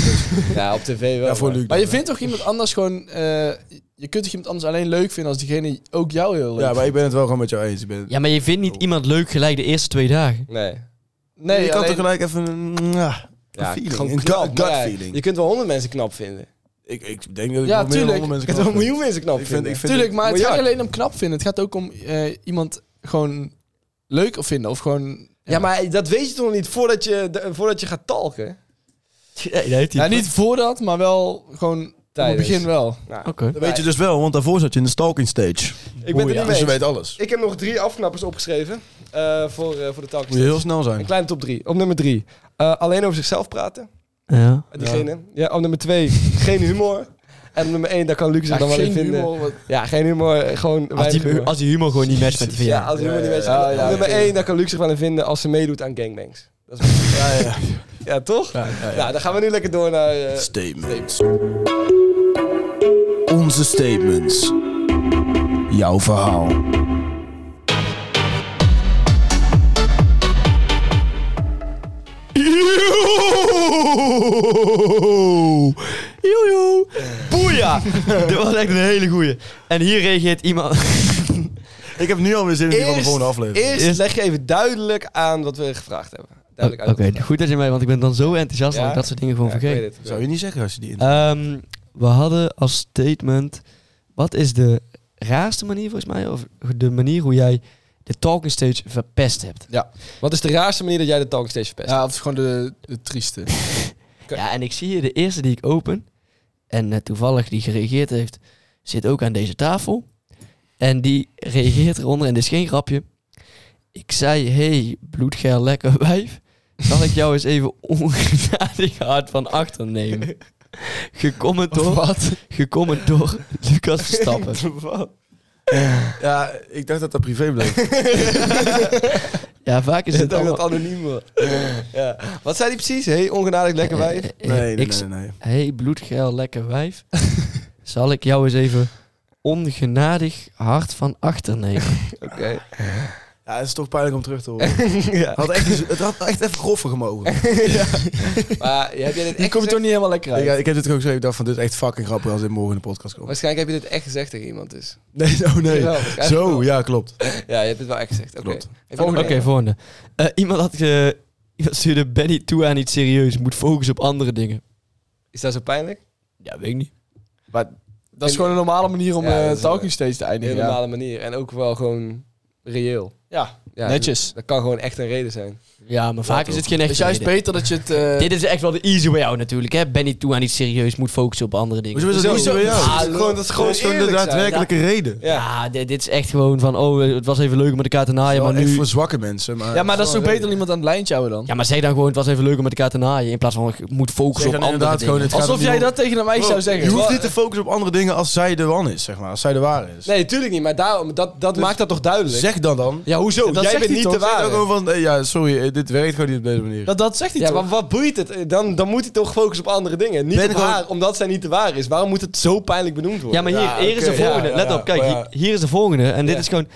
Speaker 2: Ja, op tv wel.
Speaker 3: Ja, voor
Speaker 2: maar.
Speaker 3: Luc.
Speaker 5: Maar je
Speaker 3: dan, hè.
Speaker 5: vindt toch iemand anders gewoon... eh, je kunt toch iemand anders alleen leuk vinden als diegene ook jou heel leuk
Speaker 3: Ja, maar ik ben het wel gewoon met jou eens. Ik ben,
Speaker 4: Ja, maar je vindt niet iemand leuk gelijk de eerste twee dagen.
Speaker 2: Nee.
Speaker 5: vindt? Nee,
Speaker 3: je kan
Speaker 5: alleen-
Speaker 3: toch gelijk even een, ja,
Speaker 2: Ja,
Speaker 3: een feeling.
Speaker 2: gewoon
Speaker 3: een
Speaker 2: knap.
Speaker 3: gut,
Speaker 2: maar
Speaker 3: gut
Speaker 2: ja,
Speaker 3: feeling.
Speaker 2: Je kunt wel honderd mensen knap vinden.
Speaker 3: ik, ik denk dat ik wel meer
Speaker 5: Ja,
Speaker 3: dan
Speaker 5: tuurlijk.
Speaker 3: honderd mensen
Speaker 2: Je kunt wel
Speaker 3: kan
Speaker 2: een miljoen mensen knap
Speaker 3: Ik vind-
Speaker 2: vinden.
Speaker 3: ik vind-
Speaker 5: Tuurlijk, maar het gaat
Speaker 2: Miljard.
Speaker 5: niet alleen om knap vinden. Het gaat ook om eh, iemand gewoon leuk of vinden. Of gewoon...
Speaker 2: Ja, maar dat weet je toch nog niet voordat je, de- voordat je gaat talken?
Speaker 4: Ja, dat heeft hij.
Speaker 5: Ja, niet voordat, maar wel gewoon In het
Speaker 2: tijdens.
Speaker 5: begin wel.
Speaker 2: Nou,
Speaker 4: Oké.
Speaker 3: Dat weet je dus wel, want daarvoor zat je in de stalking stage.
Speaker 2: ik ben
Speaker 5: Oh,
Speaker 2: er niet
Speaker 3: Dus
Speaker 5: ja.
Speaker 2: mee
Speaker 3: je
Speaker 2: eens.
Speaker 3: weet alles.
Speaker 2: Ik heb nog drie afknappers opgeschreven eh, voor, eh, voor de talk.
Speaker 3: Moet je heel snel
Speaker 2: Een
Speaker 3: zijn.
Speaker 2: kleine top drie. Op nummer drie. eh, alleen over zichzelf praten.
Speaker 4: Ja.
Speaker 2: Diegene. Ja. op nummer twee. geen humor. En op nummer één, daar kan Lucas het dan wel in
Speaker 5: Ah, geen
Speaker 2: vinden.
Speaker 5: humor. wat-
Speaker 2: Ja, geen humor. eh, Gewoon
Speaker 4: Als,
Speaker 2: weinig
Speaker 4: die,
Speaker 2: humor.
Speaker 4: als die humor gewoon niet matcht met die van jou.
Speaker 2: Ja, als humor
Speaker 5: Ja,
Speaker 2: niet
Speaker 5: ja,
Speaker 2: mensen.
Speaker 5: ja. Ja, ja,
Speaker 2: nummer
Speaker 5: oké.
Speaker 2: één, daar kan Lucas zich wel in vinden als ze meedoet aan gangbangs. Dat is
Speaker 3: Ja, ja, ja.
Speaker 2: ja, toch?
Speaker 3: Ja, ja, ja.
Speaker 2: Nou, dan gaan we nu lekker door naar... eh,
Speaker 3: Statements. Onze statements. Jouw verhaal.
Speaker 4: Yo! Yo, yo! Boeia! Dit was echt een hele goeie. En hier reageert iemand...
Speaker 3: Ik heb nu alweer zin in die van de
Speaker 2: eerst,
Speaker 3: volgende aflevering.
Speaker 2: eerst leg je even duidelijk aan wat we gevraagd hebben. Duidelijk
Speaker 4: Oké,
Speaker 2: uit. wat we
Speaker 4: goed dat je mij... Want ik ben dan zo enthousiast
Speaker 2: Ja?
Speaker 4: dat ik dat soort dingen gewoon
Speaker 2: gevraagd hebben. Ja,
Speaker 4: vergeet.
Speaker 2: ik weet het.
Speaker 3: Zou je niet zeggen als je die
Speaker 5: Eh,
Speaker 3: in...
Speaker 4: Ehm, we hadden als statement... Wat is de raarste manier volgens mij? Of de manier hoe jij de talking stage verpest hebt?
Speaker 2: Wat is de raarste manier dat jij de talking stage verpest?
Speaker 5: Ja, of gewoon de, de trieste.
Speaker 2: Oké.
Speaker 4: Ja, en ik zie hier de eerste die ik open. En eh, toevallig die gereageerd heeft, zit ook aan deze tafel. En die reageert eronder, en dit is geen grapje. Ik zei, hey, bloedgeil lekker wijf. Zal ik jou eens even ongenadig hard van achter nemen? Gecomment door, Gecomment door Lucas Verstappen.
Speaker 3: Ja, ik dacht dat dat privé bleef.
Speaker 4: Ja, vaak is
Speaker 2: Is
Speaker 4: het
Speaker 2: het ook dat
Speaker 4: allemaal...
Speaker 2: anonieme? ja. Wat zei die precies? hey, ongenadig lekker wijf.
Speaker 4: Eh, eh,
Speaker 3: Nee, nee,
Speaker 4: ik,
Speaker 3: nee. nee.
Speaker 4: Hey bloedgeil lekker wijf, zal ik jou eens even ongenadig hard van achter nemen?
Speaker 2: Oké.
Speaker 4: eh,
Speaker 3: Ja, het is toch pijnlijk om terug te horen. Het
Speaker 2: ja.
Speaker 3: had echt, het had echt even groffer gemogen.
Speaker 4: eh,
Speaker 2: Maar heb jij dit echt
Speaker 5: Die komt
Speaker 2: gezegd?
Speaker 5: er toch niet helemaal lekker uit.
Speaker 3: Ik, ik heb dit ook geschreven. Ik dacht van, dit is echt fucking grappig als dit morgen in de podcast komt.
Speaker 2: Waarschijnlijk heb je dit echt gezegd tegen iemand dus.
Speaker 3: Nee, oh nee.
Speaker 2: Ja, waarschijnlijk
Speaker 3: Zo,
Speaker 2: wel.
Speaker 3: ja, klopt.
Speaker 2: Ja, je hebt het wel echt gezegd. Oké.
Speaker 3: Klopt.
Speaker 2: Heb je nog
Speaker 4: Oké,
Speaker 2: meer?
Speaker 4: volgende. Eh, iemand had eh, iemand stuurde Benny toe aan niet serieus, moet focussen op andere dingen.
Speaker 2: Is dat zo pijnlijk?
Speaker 4: Ja, weet ik niet.
Speaker 2: Maar
Speaker 5: Dat is gewoon een normale manier om
Speaker 2: Ja,
Speaker 5: eh
Speaker 2: dat is
Speaker 5: talking stage te
Speaker 2: een
Speaker 5: eindigen.
Speaker 2: hele
Speaker 5: Ja.
Speaker 2: normale manier. En ook wel gewoon reëel.
Speaker 5: ja.
Speaker 2: Ja,
Speaker 5: Netjes.
Speaker 2: Dat kan gewoon echt een reden zijn.
Speaker 4: Ja, maar vaak is het geen
Speaker 5: Het
Speaker 4: echt
Speaker 5: is Dus juist beter dat je het... eh,
Speaker 4: Dit is echt wel de easy way out natuurlijk, hè? Benny toe aan niet serieus, moet focussen op andere dingen.
Speaker 3: Hoezo is dat niet zo bij jou?
Speaker 2: Ah,
Speaker 3: Het is gewoon- Dat is gewoon,
Speaker 2: dat is gewoon
Speaker 3: de
Speaker 2: eerlijk zijn.
Speaker 3: daadwerkelijke reden.
Speaker 2: Ja.
Speaker 4: Ja, dit, dit is echt gewoon van, oh, eh, het was even leuk om met elkaar te naaien, maar
Speaker 3: Wel echt
Speaker 4: nu...
Speaker 3: voor zwakke mensen, maar...
Speaker 5: ja, maar dat is
Speaker 2: gewoon
Speaker 5: ook beter
Speaker 2: reden.
Speaker 5: dan iemand aan het lijntje houden dan.
Speaker 4: Ja, maar zeg dan gewoon, het was even leuk om met elkaar te naaien, in plaats van, ik moet focussen
Speaker 3: Zeg
Speaker 4: op
Speaker 3: dan
Speaker 4: andere dingen.
Speaker 3: inderdaad gewoon, het gaat
Speaker 5: Alsof
Speaker 3: om
Speaker 5: jij
Speaker 3: iemand-
Speaker 5: dat tegen een meisje zou
Speaker 3: Bro,
Speaker 5: zeggen.
Speaker 3: Je hoeft niet te focussen op andere dingen als zij de one is, zeg maar. Als zij de waar is.
Speaker 2: Nee, tuurlijk niet. Maar daarom, dat,
Speaker 4: Dus
Speaker 2: dat maakt dat toch duidelijk?
Speaker 3: Zeg dan dan.
Speaker 2: ja, hoezo?
Speaker 5: dat
Speaker 2: Jij
Speaker 5: zegt
Speaker 2: bent niet
Speaker 5: hij toch?
Speaker 2: te
Speaker 5: Zeg
Speaker 3: Zeg dan
Speaker 2: waar.
Speaker 3: gewoon van, eh, ja, sorry, eh, dit werkt gewoon niet op deze manier.
Speaker 5: Dat, dat zegt hij
Speaker 2: Ja,
Speaker 5: toch?
Speaker 2: maar wat boeit het? Dan, dan moet hij toch focussen op andere dingen. Niet
Speaker 3: Ben
Speaker 2: op
Speaker 3: gewoon-
Speaker 2: haar, omdat zij niet te waar is. Waarom moet het zo pijnlijk benoemd worden?
Speaker 4: Ja, maar hier,
Speaker 3: Ja,
Speaker 4: hier is de
Speaker 3: oké,
Speaker 4: volgende.
Speaker 3: ja,
Speaker 4: Let
Speaker 3: ja,
Speaker 4: op, kijk,
Speaker 3: maar
Speaker 4: hier,
Speaker 3: ja.
Speaker 4: hier is de volgende. En dit
Speaker 2: Ja.
Speaker 4: is gewoon...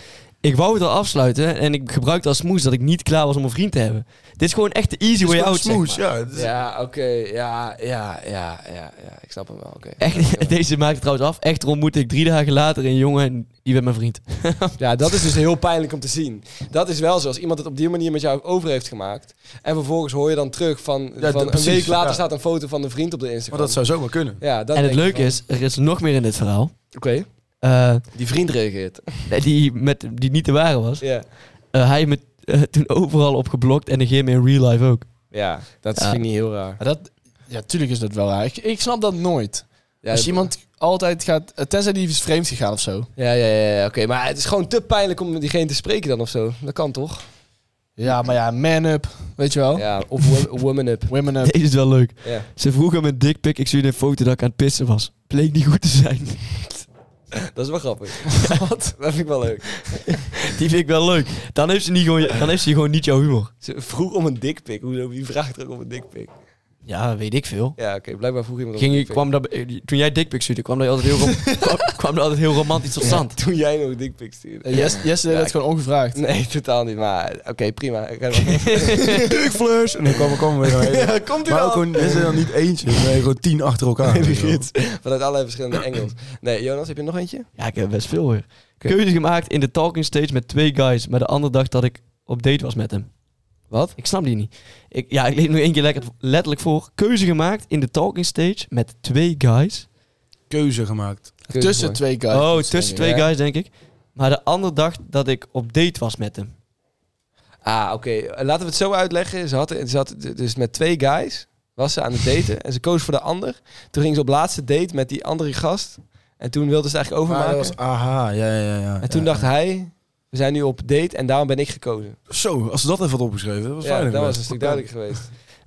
Speaker 4: Ik wou het al afsluiten en ik gebruikte als smoes dat ik niet klaar was om een vriend te hebben. Dit is gewoon echt de easy
Speaker 3: is
Speaker 4: way
Speaker 3: gewoon
Speaker 4: out, zeg
Speaker 3: smooth,
Speaker 4: maar.
Speaker 3: ja. het is-
Speaker 2: Ja, oké. Ja, ja, ja, ja, ja. Ik snap hem wel. Oké.
Speaker 4: Echt, deze maakt het trouwens af. Echt ontmoette ik drie dagen later een jongen en die werd mijn vriend.
Speaker 2: Ja, dat is dus heel pijnlijk om te zien. Dat is wel zo. Als iemand het op die manier met jou over heeft gemaakt. En vervolgens hoor je dan terug van...
Speaker 3: Ja,
Speaker 2: van
Speaker 3: d- precies,
Speaker 2: een week later
Speaker 3: ja.
Speaker 2: staat een foto van een vriend op de Instagram.
Speaker 3: Maar dat zou zomaar kunnen.
Speaker 2: ja, dat
Speaker 4: en het
Speaker 2: denk ik
Speaker 4: leuke
Speaker 2: van-
Speaker 4: is, er is nog meer in dit verhaal.
Speaker 2: Oké.
Speaker 4: Eh,
Speaker 2: Die vriend reageert.
Speaker 4: die, met, die niet te ware was.
Speaker 2: Ja.
Speaker 4: Eh, hij heeft me eh, toen overal op geblokt en negeerde me in real life ook.
Speaker 2: Ja, dat
Speaker 4: Ja.
Speaker 2: vind ik niet heel raar.
Speaker 5: Maar dat, ja, tuurlijk is dat wel raar. Ik, ik snap dat nooit.
Speaker 2: Ja,
Speaker 5: Als
Speaker 2: dat-
Speaker 5: iemand altijd gaat... eh, Tenzij die is vreemd gegaan of zo.
Speaker 2: Ja, ja, ja, ja, oké. Maar het is gewoon te pijnlijk om diegene te spreken dan of zo. Dat kan toch?
Speaker 5: Ja, maar ja, man up. Weet je wel?
Speaker 2: Ja, of wo- woman up.
Speaker 5: Women up.
Speaker 4: Deze is wel leuk.
Speaker 2: Ja.
Speaker 4: Ze vroeg hem een dikpik. Ik stuurde een foto dat ik aan het pissen was. Bleek niet goed te zijn.
Speaker 2: Dat is wel grappig. Wat? Dat vind ik wel leuk.
Speaker 4: Die vind ik wel leuk. Dan heeft ze, niet gewoon, dan heeft ze gewoon niet jouw humor.
Speaker 2: Ze vroeg om een dikpik. Hoezo? Wie vraagt er ook om een dikpik?
Speaker 4: Ja, weet ik veel.
Speaker 2: Ja, oké. Blijkbaar vroeg iemand om
Speaker 4: Ging,
Speaker 2: een
Speaker 4: je-
Speaker 2: dikpik.
Speaker 4: kwam dat, eh, toen jij dikpik stuurde, kwam dat altijd heel, rom- kwam, kwam dat altijd heel romantisch tot stand.
Speaker 2: Toen jij nog een dikpik stuurde.
Speaker 5: Eh, Jesse, Jesse deed
Speaker 2: Ja,
Speaker 5: dat gewoon ongevraagd.
Speaker 2: Nee, totaal niet. Maar oké, prima. Ik ga-
Speaker 3: Dukfleurs! En dan kwam kwam we weer naar beneden.
Speaker 2: Ja, komt u
Speaker 3: Maar ook
Speaker 2: wel.
Speaker 3: gewoon, dit is er dan niet eentje. Nee, gewoon tien achter elkaar.
Speaker 2: Die
Speaker 3: weet je wel.
Speaker 2: gids. Vanuit allerlei verschillende engels. Nee, Jonas, heb je nog eentje?
Speaker 4: Ja, ik heb best veel weer. Keuze gemaakt in de talking stage met twee guys. Maar de andere dacht dat ik op date was met hem. Wat? Ik snap die niet. Ik, ja, ik lees nu één keer lekker, letterlijk voor. Keuze gemaakt in de talking stage met twee guys.
Speaker 3: Keuze gemaakt.
Speaker 5: Tussen twee guys.
Speaker 4: oh,
Speaker 5: Dus,
Speaker 4: tussen
Speaker 5: denk
Speaker 4: twee
Speaker 5: ik.
Speaker 4: guys denk ik. Maar de ander dacht dat ik op date was met hem.
Speaker 2: Ah, oké. Laten we het zo uitleggen. Ze had, ze had dus met twee guys. was ze aan het daten en ze koos voor de ander. Toen ging ze op laatste date met die andere gast. En toen wilde ze het eigenlijk
Speaker 3: Ah,
Speaker 2: overmaken.
Speaker 3: dat was, aha, ja, ja, ja.
Speaker 2: en toen dacht hij, we zijn nu op date en daarom ben ik gekozen.
Speaker 3: Zo, als ze dat even had opgeschreven, dat was
Speaker 2: ja,
Speaker 3: veilig.
Speaker 2: dat was
Speaker 3: best.
Speaker 2: een stuk duidelijker geweest.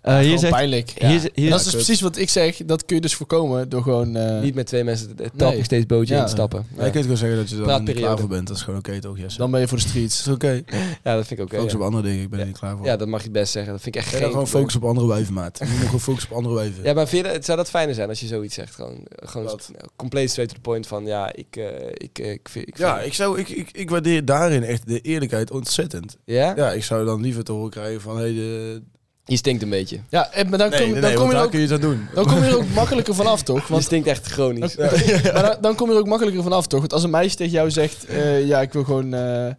Speaker 4: Eh, hier
Speaker 5: Gewoon
Speaker 4: zegt...
Speaker 5: pijnlijk.
Speaker 4: Hier, is- hier,
Speaker 5: dat is dus
Speaker 4: is-
Speaker 5: precies wat ik zeg. Dat kun je dus voorkomen door gewoon... eh,
Speaker 2: Niet met twee mensen het
Speaker 5: Nee.
Speaker 2: tap nog steeds bootje
Speaker 5: Ja.
Speaker 2: instappen.
Speaker 3: Ja, ik kan het gewoon zeggen dat je daar niet
Speaker 2: Praatperiode.
Speaker 3: klaar voor bent. Dat is gewoon oké, toch? Yes.
Speaker 5: dan ben je voor de streets.
Speaker 3: is oké.
Speaker 2: Ja, dat vind ik oké.
Speaker 3: Focus
Speaker 2: ja.
Speaker 3: op andere dingen, ik ben
Speaker 2: Ja.
Speaker 3: er niet klaar voor.
Speaker 2: ja, dat mag je best zeggen. Dat vind ik echt
Speaker 3: Ja,
Speaker 2: geen
Speaker 3: gewoon
Speaker 2: probleem.
Speaker 3: focus op andere wijven, maat. Je moet gewoon focussen op andere wijven.
Speaker 2: Ja, maar vind je dat- zou dat fijner zijn als je zoiets zegt? Gewoon, eh, gewoon
Speaker 3: Wat?
Speaker 2: st- compleet straight to the point van ja, ik, eh, ik, eh, ik, vind- ik,
Speaker 3: Ja,
Speaker 2: vind-
Speaker 3: ik, zou, ik, ik, ik waardeer daarin echt de eerlijkheid ontzettend.
Speaker 2: ja?
Speaker 3: Ja, ik zou dan liever te horen krijgen van... Hey, de...
Speaker 2: Je stinkt een beetje.
Speaker 5: Ja, en- maar dan kom, dan kom je er ook,
Speaker 3: je dat doen.
Speaker 5: dan kom je er ook makkelijker vanaf, toch?
Speaker 2: Je
Speaker 5: Want,
Speaker 2: stinkt echt chronisch.
Speaker 5: maar dan, dan kom je er ook makkelijker vanaf, toch? Want als een meisje tegen jou zegt... eh, ja, ik wil gewoon eh,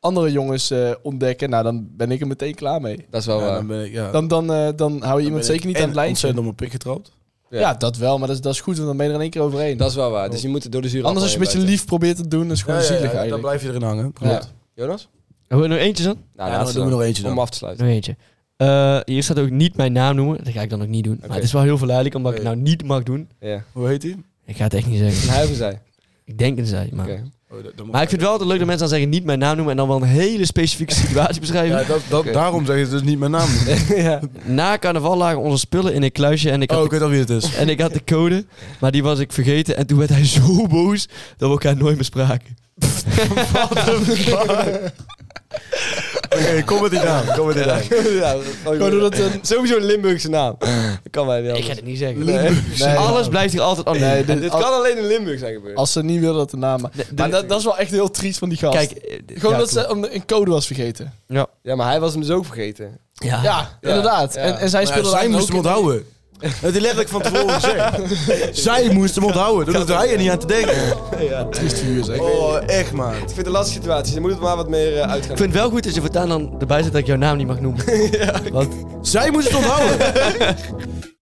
Speaker 5: andere jongens eh, ontdekken. Nou, dan ben ik er meteen klaar mee.
Speaker 2: Dat is wel
Speaker 3: ja,
Speaker 2: waar.
Speaker 3: dan ben ik, ja,
Speaker 5: Dan, dan, eh, dan hou je
Speaker 3: dan ben
Speaker 5: iemand
Speaker 3: ik
Speaker 5: zeker niet
Speaker 3: en
Speaker 5: aan het lijntje.
Speaker 3: ontzettend op mijn pik getrapt.
Speaker 2: Ja.
Speaker 5: Ja, dat wel. Maar dat is, dat is goed, want dan ben je er in één keer overheen. Oh.
Speaker 2: Dat is wel waar. Dus je moet het door de zure
Speaker 5: Anders als je een
Speaker 2: appel
Speaker 5: beetje
Speaker 2: heen
Speaker 5: lief probeert te doen, dat is gewoon zielig
Speaker 3: dan
Speaker 5: eigenlijk.
Speaker 3: blijf je erin hangen.
Speaker 2: bijten.
Speaker 3: Klopt.
Speaker 2: Ja. Jonas?
Speaker 4: Hebben we er nog eentje dan?
Speaker 2: Nou,
Speaker 3: Ja, dan
Speaker 2: laatste
Speaker 3: doen we
Speaker 2: dan.
Speaker 3: nog eentje
Speaker 2: Om
Speaker 3: dan.
Speaker 2: af te sluiten.
Speaker 4: Nog eentje. Eh, hier staat ook niet mijn naam noemen. Dat ga ik dan ook niet doen.
Speaker 2: Oké.
Speaker 4: Maar het is wel heel verleidelijk omdat ik
Speaker 3: Nee.
Speaker 4: het nou niet mag doen.
Speaker 2: Ja.
Speaker 3: Hoe heet die?
Speaker 4: Ik ga het echt niet
Speaker 2: Een
Speaker 4: zeggen.
Speaker 2: huiver zij.
Speaker 4: Ik denk een zij, maar...
Speaker 2: Oké.
Speaker 3: Oh, dat- dat moet-
Speaker 4: Maar ik vind het wel altijd leuk dat mensen dan zeggen niet mijn naam noemen en dan wel een hele specifieke situatie beschrijven.
Speaker 3: Ja, dat, dat,
Speaker 2: Oké.
Speaker 3: Daarom zeg je dus niet mijn naam.
Speaker 2: ja.
Speaker 4: Na carnaval lagen onze spullen in een kluisje en ik, had
Speaker 3: Oh, ik weet al wie het is.
Speaker 4: en ik had de code, maar die was ik vergeten. En toen werd hij zo boos dat we elkaar nooit meer spraken.
Speaker 3: Oké, kom met die naam. Kom met die naam.
Speaker 2: ja
Speaker 5: Gewoon doordat een...
Speaker 2: Sowieso een Limburgse naam. Dat kan wij niet
Speaker 4: Ik ga
Speaker 2: anders.
Speaker 4: het niet zeggen.
Speaker 2: Nee.
Speaker 5: Nee,
Speaker 4: Alles blijft hier altijd anoniem.
Speaker 5: Nee, dit-
Speaker 4: En
Speaker 2: Dit
Speaker 5: Al-
Speaker 2: kan alleen in Limburg zijn gebeurd.
Speaker 5: Als ze niet willen dat de naam... Maar
Speaker 4: de- de-
Speaker 5: dat, dat is wel echt heel triest van die gast.
Speaker 4: Kijk, eh, d-
Speaker 5: Gewoon
Speaker 4: ja,
Speaker 5: dat ze een- een code was vergeten.
Speaker 4: klopt.
Speaker 2: Ja, maar hij was hem dus ook vergeten.
Speaker 4: Ja. Ja.
Speaker 5: Ja, inderdaad.
Speaker 2: ja.
Speaker 5: En, en zij
Speaker 3: Maar ja,
Speaker 5: speelde
Speaker 3: zij
Speaker 5: daar
Speaker 3: moest hem
Speaker 5: ook in-
Speaker 3: onthouden. Het is letterlijk van tevoren gezegd. Zij moest hem onthouden. Daar hoefde hij er niet aan te denken.
Speaker 5: triest vuur, zeg.
Speaker 3: Oh, echt, man.
Speaker 2: Ik vind het een lastige situatie. Ze moet het maar wat meer eh, uitgaan.
Speaker 4: Ik vind het wel goed dat je voortaan dan erbij zet dat ik jouw naam niet mag noemen. Want
Speaker 3: Zij moest het onthouden.